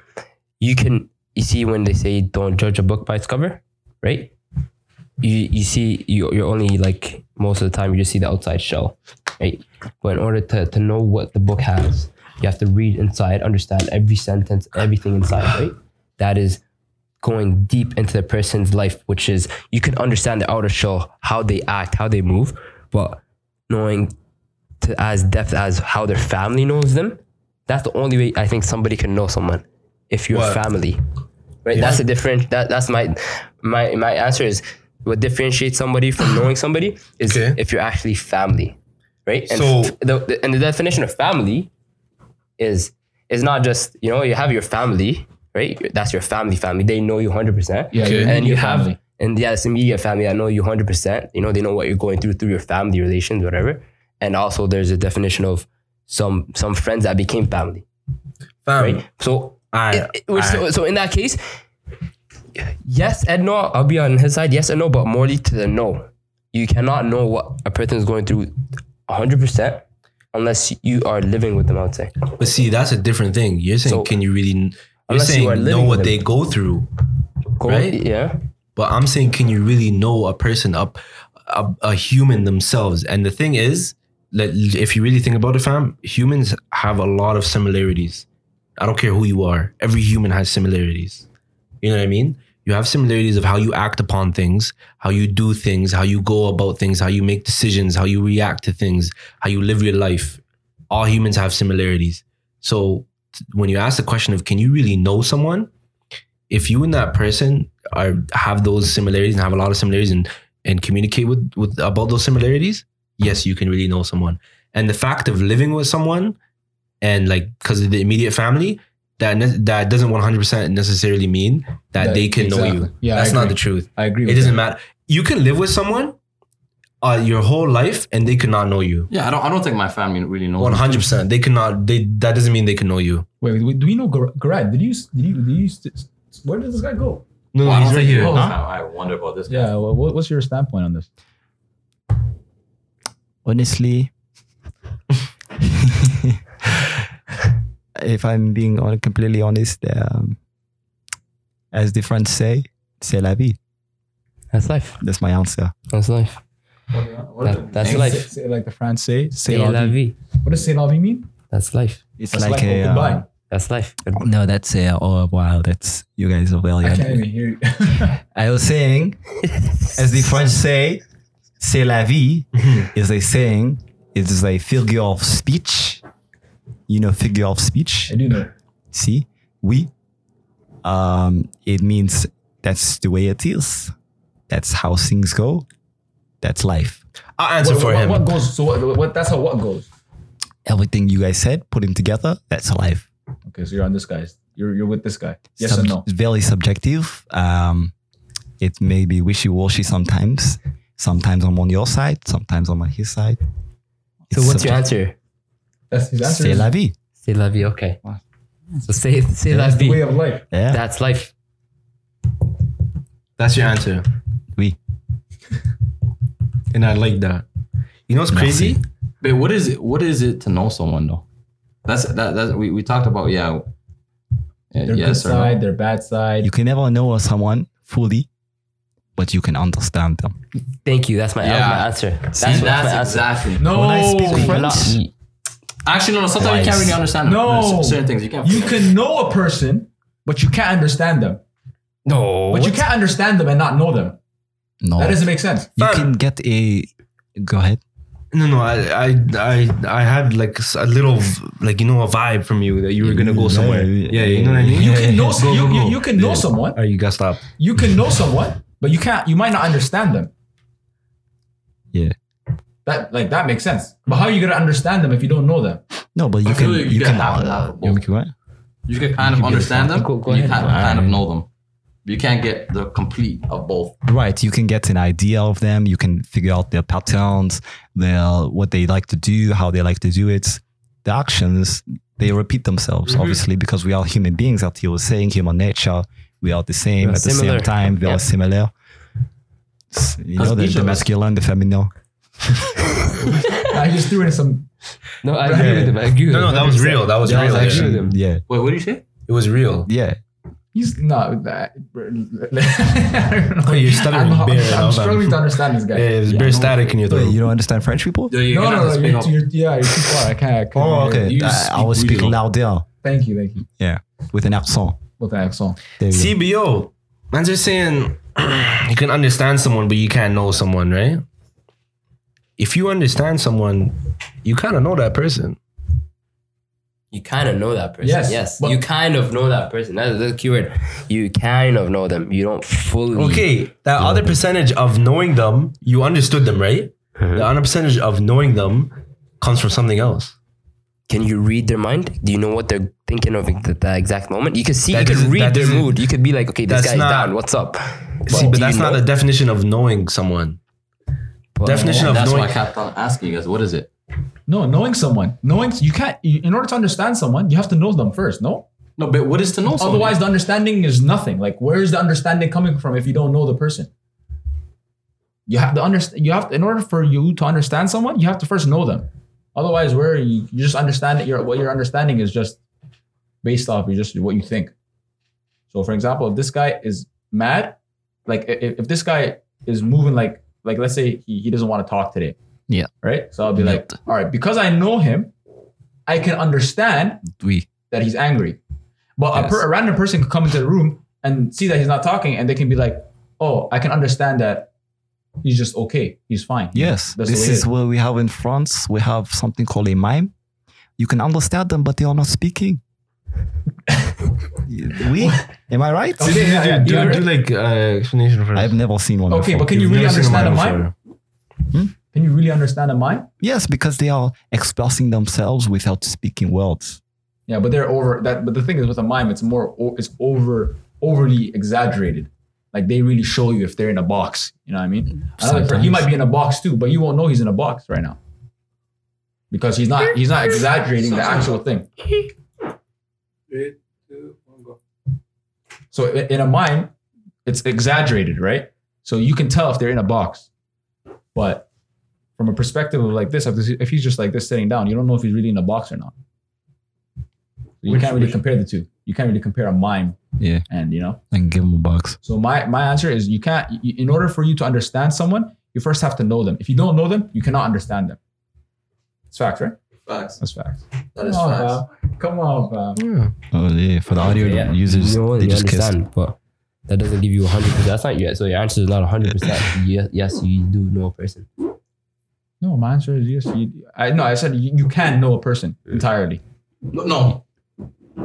Speaker 4: you can. You see, when they say don't judge a book by its cover, right? You you see, you you're only like most of the time you just see the outside shell, right? But in order to to know what the book has, you have to read inside, understand every sentence, everything inside, right? That is going deep into the person's life, which is you can understand the outer shell, how they act, how they move, but knowing to as depth as how their family knows them, that's the only way I think somebody can know someone. If your
Speaker 2: What?
Speaker 4: family, right? That's a different. That that's my my my answer is what differentiates somebody from knowing somebody is
Speaker 2: Okay.
Speaker 4: if you're actually family, right? And
Speaker 2: So-
Speaker 4: f- the, the, and the definition of family is is not just you know you have your family, right? That's your family family. They know you hundred percent
Speaker 5: Yeah, your
Speaker 2: Okay.
Speaker 4: and you
Speaker 5: immediate
Speaker 4: have
Speaker 5: family.
Speaker 4: and yeah, it's immediate family. I know you hundred percent. You know they know what you're going through through your family relations, whatever. And also, there's a definition of some some friends that became family,
Speaker 2: Fam,
Speaker 4: right? So,
Speaker 2: I-
Speaker 4: it- it- which- so,
Speaker 2: I-
Speaker 4: so in that case, yes and no. I'll be on his side, yes and no, but morally to the no. You cannot know what a person is going through, hundred percent, unless you are living with them. I would say.
Speaker 2: But see, that's a different thing. You're saying,
Speaker 4: So-
Speaker 2: can you really? You're
Speaker 4: Unless you
Speaker 2: saying
Speaker 4: are
Speaker 2: know
Speaker 4: living
Speaker 2: what
Speaker 4: with
Speaker 2: they go through,
Speaker 4: Go-
Speaker 2: Right?
Speaker 4: Yeah.
Speaker 2: but I'm saying, can you really know a person, a, a, a human themselves? And the thing is, like, if you really think about it, fam, humans have a lot of similarities. I don't care who you are. Every human has similarities. You know what I mean? You have similarities of how you act upon things, how you do things, how you go about things, how you make decisions, how you react to things, how you live your life. All humans have similarities. So t- when you ask the question of can you really know someone, if you and that person are have those similarities and have a lot of similarities and and communicate with with about those similarities, yes, you can really know someone. And the fact of living with someone and like because of the immediate family, that ne- that doesn't one hundred percent necessarily mean that
Speaker 5: That-
Speaker 2: they can know you.
Speaker 5: exactly. Yeah, I
Speaker 2: that's not
Speaker 5: agree.
Speaker 2: the truth.
Speaker 5: I agree.
Speaker 2: It
Speaker 5: with
Speaker 2: doesn't
Speaker 5: that.
Speaker 2: matter. You can live with someone uh, your whole life and they could not know you.
Speaker 6: Yeah, I don't. I don't think my family really knows.
Speaker 2: One hundred percent. They cannot. They that doesn't mean they can know you.
Speaker 5: Wait, wait, do we know Gar- Garad? Did you? Did you? Did you? St- where did this guy go?
Speaker 2: No,
Speaker 6: Well, I don't
Speaker 2: he's right
Speaker 6: think he
Speaker 2: here.
Speaker 6: knows.
Speaker 2: Huh?
Speaker 6: I I wonder about this. guy.
Speaker 5: Yeah. wha- wha- what's your standpoint on this?
Speaker 1: honestly, if I'm being hon- completely honest, um, as the French say, c'est la vie.
Speaker 4: That's life.
Speaker 1: That's my answer.
Speaker 4: That's life. That- that's life.
Speaker 5: Say, like the French say, say
Speaker 4: C'est la vie.
Speaker 5: What does say la vie mean?
Speaker 4: That's life.
Speaker 1: It's
Speaker 5: That's
Speaker 1: like, a.
Speaker 5: oh, goodbye.
Speaker 1: um,
Speaker 4: That's life.
Speaker 1: no, that's a. Oh, wow. That's. You guys are well.
Speaker 5: I
Speaker 1: yeah.
Speaker 5: can't even hear you.
Speaker 1: I was saying, as the French say, c'est la vie is a saying, it is a figure of speech. You know, figure of speech.
Speaker 5: I do know.
Speaker 1: See, we. Um, it means that's the way it is. That's how things go. That's life.
Speaker 2: I'll answer
Speaker 5: what,
Speaker 2: for
Speaker 5: what-
Speaker 2: him.
Speaker 5: What goes? So what, what? That's how what goes.
Speaker 1: Everything you guys said, putting together, that's life.
Speaker 5: Okay, so you're on this guy's. You're you're with this guy. Yes or no?
Speaker 1: It's Very subjective. Um, it may be wishy-washy sometimes. Sometimes I'm on your side. Sometimes I'm on his side.
Speaker 4: So
Speaker 1: It's
Speaker 4: what's your
Speaker 1: subjective.
Speaker 4: answer?
Speaker 5: That's his answer.
Speaker 1: C'est la vie.
Speaker 4: C'est la vie. Okay. So say say la
Speaker 5: That's the way
Speaker 4: vie.
Speaker 5: of life.
Speaker 1: Yeah.
Speaker 4: That's life.
Speaker 2: That's your answer.
Speaker 1: Oui.
Speaker 2: And I like that. You know what's crazy?
Speaker 6: But what is it? What is it to know someone though? That's that. That's we, we talked about. Yeah. Yeah,
Speaker 5: Their
Speaker 6: yes
Speaker 5: good
Speaker 6: or no.
Speaker 5: side, their bad side.
Speaker 1: you can never know someone fully, but you can understand them.
Speaker 4: Thank you. That's my, that was
Speaker 6: Yeah.
Speaker 4: my answer. That's,
Speaker 6: See,
Speaker 4: what- that's my
Speaker 6: that's
Speaker 4: answer.
Speaker 6: exactly.
Speaker 5: No,
Speaker 1: When I
Speaker 4: Oh,
Speaker 1: speak French,
Speaker 4: Ye-
Speaker 6: Actually, no. no sometimes you can't really understand.
Speaker 5: No.
Speaker 6: them. There's certain things you can't.
Speaker 5: you can know a person, but you can't understand them.
Speaker 4: No.
Speaker 5: But you can't understand them and not know them.
Speaker 1: no,
Speaker 5: That doesn't make sense.
Speaker 1: you
Speaker 2: Fam.
Speaker 1: can get a. Go ahead.
Speaker 2: No, no, I, I, I, I had like s- a little, v- like you know, a vibe from you that you were gonna go
Speaker 1: Yeah,
Speaker 2: somewhere.
Speaker 1: yeah,
Speaker 2: Yeah, you know what I mean.
Speaker 5: You can know
Speaker 2: Go,
Speaker 5: some, you,
Speaker 2: go, go.
Speaker 5: you, you can know someone.
Speaker 2: All right, you gotta stop.
Speaker 5: You can know someone, but you can't. You might not understand them.
Speaker 1: Yeah.
Speaker 5: That like that makes sense. But how are you gonna understand them if you don't know them?
Speaker 1: No, but you
Speaker 6: I
Speaker 1: can.
Speaker 6: feel like
Speaker 1: you,
Speaker 6: you can
Speaker 1: can.
Speaker 6: have that
Speaker 1: Uh,
Speaker 6: for
Speaker 1: you
Speaker 6: both.
Speaker 1: can what?
Speaker 6: You can kind of understand them.
Speaker 4: Go- go
Speaker 6: and you
Speaker 4: ahead.
Speaker 6: kind, kind of know them. You can't get the complete of both.
Speaker 1: Right, you can get an idea of them. You can figure out their patterns, their what they like to do, how they like to do it, the actions. They repeat themselves,
Speaker 4: Mm-hmm.
Speaker 1: obviously, because we are human beings, as he was saying, human nature. We are the same
Speaker 4: are
Speaker 1: at the
Speaker 4: similar.
Speaker 1: same time. We
Speaker 4: Yeah.
Speaker 1: are similar. S- You know, the,
Speaker 6: each
Speaker 1: the
Speaker 6: of us-
Speaker 1: masculine, the feminine.
Speaker 5: I just threw in some.
Speaker 4: No, I agree with him. I agree with
Speaker 2: No,
Speaker 4: him.
Speaker 2: no, that was real. That was
Speaker 4: Yeah, I
Speaker 2: real.
Speaker 4: was
Speaker 2: yeah.
Speaker 4: actually with him.
Speaker 1: Yeah,
Speaker 6: Wait, what do you say?
Speaker 2: It was real.
Speaker 1: yeah.
Speaker 5: He's not. That, I don't know.
Speaker 2: Oh, you're stuttering
Speaker 5: I'm,
Speaker 2: bare
Speaker 5: I'm,
Speaker 2: enough,
Speaker 5: struggling
Speaker 2: man.
Speaker 5: to understand this guy.
Speaker 2: Yeah, it was bare static in your
Speaker 1: Wait,
Speaker 2: throat.
Speaker 1: you don't understand French people?
Speaker 6: Yo, you're
Speaker 5: No,
Speaker 6: gonna
Speaker 5: no,
Speaker 6: have to
Speaker 5: no.
Speaker 6: speak
Speaker 5: You're,
Speaker 6: up.
Speaker 5: you're, yeah, you're too far. I can't. I can't
Speaker 1: Oh,
Speaker 5: hear
Speaker 1: okay.
Speaker 5: you.
Speaker 1: I, I was
Speaker 5: really
Speaker 1: speaking
Speaker 5: low.
Speaker 1: louder
Speaker 5: Thank you, thank you.
Speaker 1: with an accent.
Speaker 5: With the accent.
Speaker 1: There you go.
Speaker 2: CBO. Man's just saying you can understand someone, but you can't know someone, right? If you understand someone, you kind of know that person.
Speaker 4: You kind of know that person.
Speaker 5: Yes,
Speaker 4: Yes.
Speaker 5: but-
Speaker 4: you kind of know that person. That's the keyword. You kind of know them. You don't fully.
Speaker 2: Okay, that other percentage of knowing them, you understood them, right? The other percentage of knowing them comes from something else.
Speaker 4: Can you read their mind? Do you know what they're thinking of at that, exact moment? You can see,
Speaker 2: That
Speaker 4: you
Speaker 2: doesn't-
Speaker 4: can
Speaker 2: that
Speaker 4: read their
Speaker 2: doesn't-
Speaker 4: mood. You could be like, okay, this
Speaker 2: That's
Speaker 4: guy's
Speaker 2: not-
Speaker 4: down. What's up?
Speaker 2: See,
Speaker 4: do
Speaker 2: but
Speaker 4: you
Speaker 2: that's not
Speaker 4: know-
Speaker 2: the definition of knowing someone.
Speaker 4: But-
Speaker 2: definition of
Speaker 6: That's why I
Speaker 2: knowing.
Speaker 6: kept on asking you guys, what is it?
Speaker 5: No, knowing someone, knowing you can't. You, in order to understand someone, you have to know them first. No,
Speaker 6: No, but what is to know? someone?
Speaker 5: otherwise the understanding is nothing. Like, where is the understanding coming from if you don't know the person? You have to understand. You have to, in order for you to understand someone, you have to first know them. Otherwise, where are you, you just understand that your what you're understanding is just based off you just what you think. So, for example, if this guy is mad, like if, if this guy is moving like like let's say he, he doesn't want to talk today,
Speaker 7: Yeah.
Speaker 5: right. So I'll be like, all right, because I know him, I can understand
Speaker 7: We.
Speaker 5: that he's angry. But a,
Speaker 7: Yes.
Speaker 5: per, a random person could come into the room and see that he's not talking, and they can be like, "Oh, I can understand that he's just okay. He's fine."
Speaker 1: Yes,
Speaker 5: That's
Speaker 1: this
Speaker 5: the way it
Speaker 1: is
Speaker 5: is.
Speaker 1: what we have in France. We have something called a mime. You can understand them, but they are not speaking. we? Am I right?
Speaker 5: Okay, yeah, yeah,
Speaker 2: Do,
Speaker 5: you're-
Speaker 2: do like uh, explanation for
Speaker 1: I've never seen one.
Speaker 5: okay,
Speaker 1: before.
Speaker 5: but can you
Speaker 2: You've
Speaker 5: really
Speaker 2: never seen
Speaker 5: understand a
Speaker 2: mime
Speaker 5: mind? Can you really understand a mind?
Speaker 1: yes, because they are expressing themselves without speaking words.
Speaker 5: Yeah, but they're over that. But the thing is, with a mime, it's more o- it's over overly exaggerated. Like they really show you if they're in a box. You know what I mean? Another per- he might be in a box too, but you won't know he's in a box right now because he's not he's not exaggerating the actual thing. So i- in a mime, it's exaggerated, right? So you can tell if they're in a box. But from a perspective of like this, if, this, if he's just like this sitting down, you don't know if he's really in a box or not. You can't really compare the two. You can't really compare a mime.
Speaker 1: Yeah.
Speaker 5: And you know,
Speaker 1: I can give them a box.
Speaker 5: so my my answer is you can't. y- In order for you to understand someone, you first have to know them. If you don't know them, you cannot understand them. It's facts, right?
Speaker 6: Facts.
Speaker 5: That's facts.
Speaker 6: That is facts.
Speaker 5: fam. Come on, fam.
Speaker 1: Oh yeah, for the audio
Speaker 4: Yeah.
Speaker 1: users,
Speaker 4: You know what?
Speaker 1: they
Speaker 4: You
Speaker 1: just kiss.
Speaker 4: understand, but that doesn't give you 100%. That's not yet. So your answer is not 100%. yes, yes, you do know a person.
Speaker 5: No, my answer is yes. You, I no, I said you, you can know a person entirely.
Speaker 6: No, no.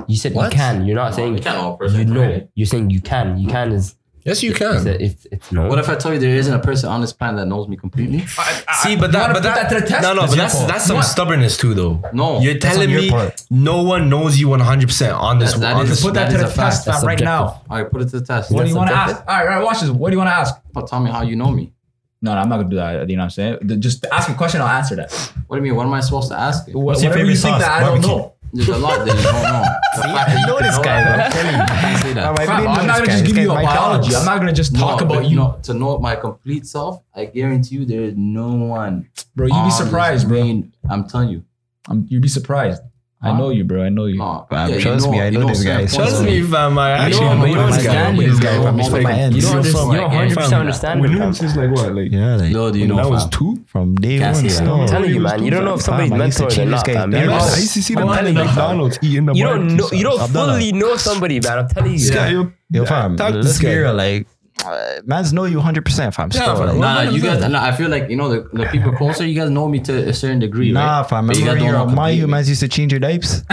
Speaker 4: You said
Speaker 2: What?
Speaker 4: you can. You're not
Speaker 6: You
Speaker 4: saying
Speaker 6: Oh, can't know a person.
Speaker 4: you know.
Speaker 6: right?
Speaker 4: You're saying you can. You can is.
Speaker 2: Yes, you
Speaker 4: It's,
Speaker 2: can.
Speaker 4: it's, it's no.
Speaker 6: What if I tell you there isn't a person on this planet that knows me completely?
Speaker 5: Uh,
Speaker 2: See, but that, but that, no, no, but that's that's some stubborness too, though.
Speaker 6: No.
Speaker 2: you're telling
Speaker 1: Oh, your
Speaker 2: me
Speaker 1: part.
Speaker 2: no one knows you 100 percent on this.
Speaker 6: That- that
Speaker 2: on
Speaker 6: is-
Speaker 2: this
Speaker 5: Put that, to
Speaker 6: That is
Speaker 5: the
Speaker 6: a fact.
Speaker 5: test fam,
Speaker 4: That's
Speaker 5: right now.
Speaker 6: All right, put it to the test.
Speaker 5: What do you want to
Speaker 4: subjective.
Speaker 5: ask? All right, all right, watch this. What do you want to ask?
Speaker 6: But tell me how you know me.
Speaker 5: No, no, I'm not gonna do that. You know what I'm saying? The- Just ask a question, I'll answer that.
Speaker 6: What do you mean? What am I supposed to ask? you?
Speaker 5: What's
Speaker 1: your favorite
Speaker 5: you think
Speaker 1: sauce?
Speaker 5: that I
Speaker 1: Barbecue.
Speaker 5: don't know.
Speaker 6: There's a lot that you don't know. The fact that you
Speaker 1: know this guy,
Speaker 6: that,
Speaker 1: bro.
Speaker 6: I'm telling you, you can't say that.
Speaker 5: Fam, I'm not gonna just give you a biology. I'm not gonna just talk
Speaker 6: No,
Speaker 5: about
Speaker 6: but
Speaker 5: you,
Speaker 6: no, to know my complete self, I guarantee you there is no one.
Speaker 5: bro. You'd
Speaker 6: on
Speaker 5: be
Speaker 6: this
Speaker 5: surprised, bro. Ah.
Speaker 6: green- I'm telling you.
Speaker 5: Ah, I'm, you'd be surprised. I
Speaker 6: Huh?
Speaker 5: know you, bro. I know you.
Speaker 6: No,
Speaker 1: Fam,
Speaker 6: you
Speaker 1: trust me, I know this
Speaker 6: certain
Speaker 1: guy.
Speaker 6: points
Speaker 1: Trust
Speaker 6: of
Speaker 1: me,
Speaker 2: fam. I
Speaker 6: actually know this
Speaker 1: I'm
Speaker 6: guy.
Speaker 1: not
Speaker 6: You
Speaker 1: with this guy.
Speaker 6: know
Speaker 1: From he's from my
Speaker 6: multiple-
Speaker 1: end.
Speaker 4: you don't
Speaker 1: He's
Speaker 4: understand.
Speaker 1: from
Speaker 4: You
Speaker 1: my
Speaker 4: don't
Speaker 1: end.
Speaker 4: 100% understand.
Speaker 2: When
Speaker 4: them,
Speaker 2: he
Speaker 4: fam.
Speaker 2: was just like what, like
Speaker 1: Yeah, like,
Speaker 6: Lord, you
Speaker 2: when
Speaker 6: know,
Speaker 2: I was
Speaker 6: fam.
Speaker 2: two.
Speaker 1: from day
Speaker 6: Can't
Speaker 1: one.
Speaker 6: see that.
Speaker 1: still.
Speaker 4: I'm telling you, man, you don't know if somebody's
Speaker 1: Fam, I used to
Speaker 4: mentored or
Speaker 1: cheat this
Speaker 4: not,
Speaker 1: guy
Speaker 4: fam.
Speaker 1: daily.
Speaker 4: You're
Speaker 1: I
Speaker 4: not-
Speaker 1: used to
Speaker 2: see
Speaker 1: them at McDonald's
Speaker 2: eating the
Speaker 4: You don't know. You don't
Speaker 1: Abdullah.
Speaker 4: fully know somebody, man. I'm telling you.
Speaker 2: guy, yo,
Speaker 1: Yo, fam,
Speaker 2: talk to
Speaker 1: let's
Speaker 2: this
Speaker 1: be
Speaker 2: guy.
Speaker 1: real. Like, uh, man's know you 100%, fam. Still,
Speaker 2: fam.
Speaker 1: like,
Speaker 6: Nah, you guys. Nah, I feel like you know the, the people closer. You guys know me to a certain degree,
Speaker 1: Nah,
Speaker 6: right?
Speaker 1: fam.
Speaker 6: But you
Speaker 1: Remember
Speaker 6: guys
Speaker 1: your Mayu
Speaker 6: don't know completely.
Speaker 1: man's used to change your diapers?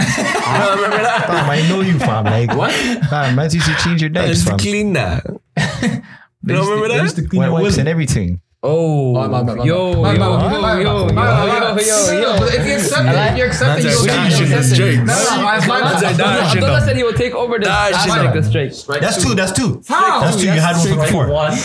Speaker 1: Fam, I know you, fam. Like,
Speaker 6: What?
Speaker 1: Fam, man's used to change your
Speaker 2: I
Speaker 1: diapers,
Speaker 2: used to
Speaker 1: fam.
Speaker 2: clean that.
Speaker 5: They
Speaker 2: You
Speaker 5: used to-
Speaker 2: remember
Speaker 5: they
Speaker 2: that?
Speaker 5: used to clean
Speaker 1: Wet
Speaker 5: your
Speaker 1: wipes
Speaker 5: woods.
Speaker 1: and everything.
Speaker 4: Oh,
Speaker 5: My, my, my, my,
Speaker 4: yo,
Speaker 5: my, my, my,
Speaker 4: yo,
Speaker 5: my,
Speaker 4: yo, yo,
Speaker 5: my, my,
Speaker 4: yo,
Speaker 5: my.
Speaker 4: yo, yo.
Speaker 3: if you accept it, you accept
Speaker 2: Man's
Speaker 3: it.
Speaker 2: like,
Speaker 3: You
Speaker 2: "Nah,
Speaker 3: accept it.
Speaker 2: shit is Jake's."
Speaker 3: No, no, my- my-
Speaker 2: Man's like,
Speaker 3: my-
Speaker 2: "Nah, shit
Speaker 4: Abdullah said he will take over the
Speaker 2: Nah, shit
Speaker 4: aspect of Drake.
Speaker 1: That's two. That's two.
Speaker 3: How?
Speaker 1: That's two. You had one before.
Speaker 6: One.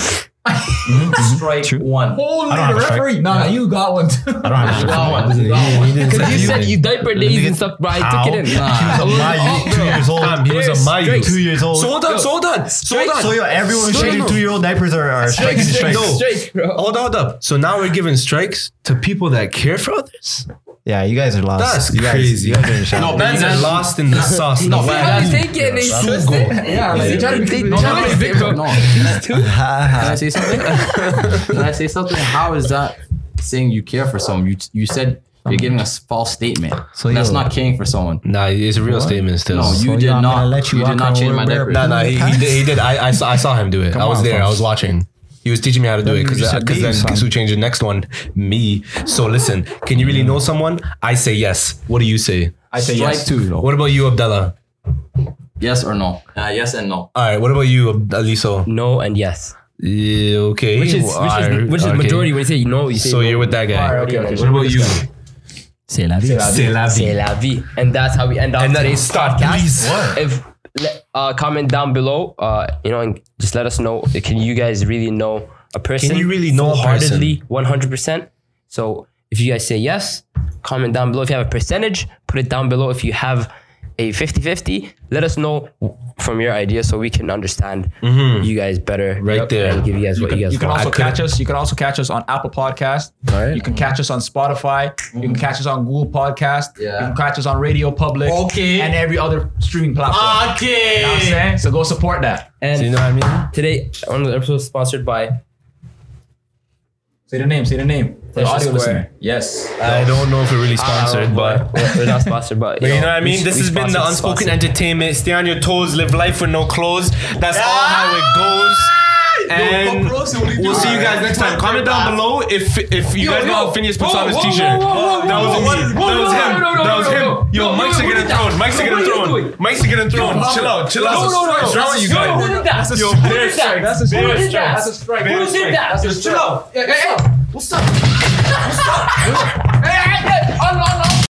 Speaker 6: Strike one.
Speaker 3: Holy
Speaker 1: I don't have a strike.
Speaker 3: referee. No, no, you got one too.
Speaker 1: I don't have
Speaker 6: Got
Speaker 1: a
Speaker 6: one.
Speaker 1: strike.
Speaker 4: Because you said you diaper days and stuff, bro. I took it in.
Speaker 1: He was a my youth, two years old.
Speaker 2: Oh, Fam, he was a my youth.
Speaker 1: Two years old.
Speaker 2: So hold on, so hold on, so hold on.
Speaker 1: So yo, everyone
Speaker 2: Strike.
Speaker 1: shooting two year old diapers are, are striking strikes.
Speaker 2: No.
Speaker 4: Straight, bro.
Speaker 2: Hold on, hold up. So now we're giving strikes to people that care for others.
Speaker 1: Yeah, you guys are lost.
Speaker 2: That's
Speaker 1: you guys,
Speaker 2: crazy.
Speaker 1: You guys are in shock.
Speaker 6: No,
Speaker 2: Ben's
Speaker 6: Ben's
Speaker 2: are lost in the sauce. No,
Speaker 4: See how you take it and they trust it.
Speaker 3: Yeah, like, they try to be
Speaker 6: No, no,
Speaker 4: Nice,
Speaker 6: no, Victor.
Speaker 4: bro.
Speaker 6: No. Can I say something? Can I say something? How is that saying you care for someone? You you said you're giving a s- false statement.
Speaker 1: So
Speaker 6: that's
Speaker 1: you-
Speaker 6: not caring for someone.
Speaker 2: Nah, it's a real statement still.
Speaker 6: No, you
Speaker 1: yeah,
Speaker 6: did
Speaker 1: I'm gonna
Speaker 6: not.
Speaker 1: let you
Speaker 6: you
Speaker 1: walk
Speaker 6: did not
Speaker 1: on
Speaker 6: change my
Speaker 1: over
Speaker 6: diaper.
Speaker 2: Nah, nah, he, he did. He did. I, I, saw, I saw him do it. I was
Speaker 1: on,
Speaker 2: there.
Speaker 1: folks.
Speaker 2: I was watching. He was teaching me how to do it because
Speaker 1: you said
Speaker 2: because
Speaker 1: me,
Speaker 2: then
Speaker 1: son.
Speaker 2: guess who changed the next one? Me. So listen, can you really know someone? I say yes. What do you say?
Speaker 5: I say
Speaker 6: Strike
Speaker 5: yes.
Speaker 6: two.
Speaker 2: What about you, Abdallah?
Speaker 6: Yes or no? Uh, yes and no.
Speaker 2: All right. What about you, Ab- Aliso?
Speaker 4: No and yes.
Speaker 2: Yeah, okay.
Speaker 4: Which is which is which is
Speaker 2: Okay.
Speaker 4: majority when you say no, you say
Speaker 2: So
Speaker 4: no.
Speaker 2: you're with that guy.
Speaker 5: Okay, okay.
Speaker 2: What about you?
Speaker 4: C'est la vie.
Speaker 5: C'est
Speaker 2: la
Speaker 4: C'est la vie. And that's how we end off
Speaker 2: And that
Speaker 4: today's
Speaker 2: is stop,
Speaker 4: podcast.
Speaker 2: please.
Speaker 4: If le- uh, comment down below, uh, you know, and just let us know. Can you guys really know a person?
Speaker 2: you really know a
Speaker 4: wholeheartedly, one hundred percent? So if you guys say yes, comment down below. If you have a percentage, put it down below. If you have a 50-50, let us know from your idea so we can understand you guys better.
Speaker 2: Mm-hmm. Right there.
Speaker 4: and give you guys what you guys
Speaker 5: You can
Speaker 4: want.
Speaker 5: also
Speaker 2: I could've-
Speaker 5: catch us. You can also catch us on Apple Podcast. You can catch us on Spotify. You can catch us on Google Podcast.
Speaker 6: Yeah.
Speaker 5: You can catch us on Radio Public.
Speaker 6: Okay.
Speaker 5: And every other streaming platform. You know what I'm saying? So go support that.
Speaker 4: and
Speaker 2: You know what I mean?
Speaker 4: today, on the episode is sponsored by
Speaker 5: Say the name. Say the name. For the
Speaker 4: Session
Speaker 5: audio
Speaker 4: Square.
Speaker 5: listener. Yes.
Speaker 2: I don't know if we're really
Speaker 4: Ah,
Speaker 2: sponsored, but
Speaker 4: we're not sponsored, but
Speaker 2: But you know what I mean? this has been the
Speaker 4: unspoken.
Speaker 2: unspoken entertainment. Stay on your toes, live life with no clothes. That's all how it goes. And we'll see you guys next time. Comment down below if if you guys want Phineas puts on his t-shirt. That was me. That was him. That was him. Yo, mics are getting thrown. Mics are getting thrown. Mics are getting thrown. Chill out. Chill out. What's wrong with you guys? Yo, bear strikes. Bear strikes.
Speaker 5: strike.
Speaker 2: Bear strikes.
Speaker 5: Chill out.
Speaker 3: Hey, hey, hey. What's up? What's up? Hey, hey,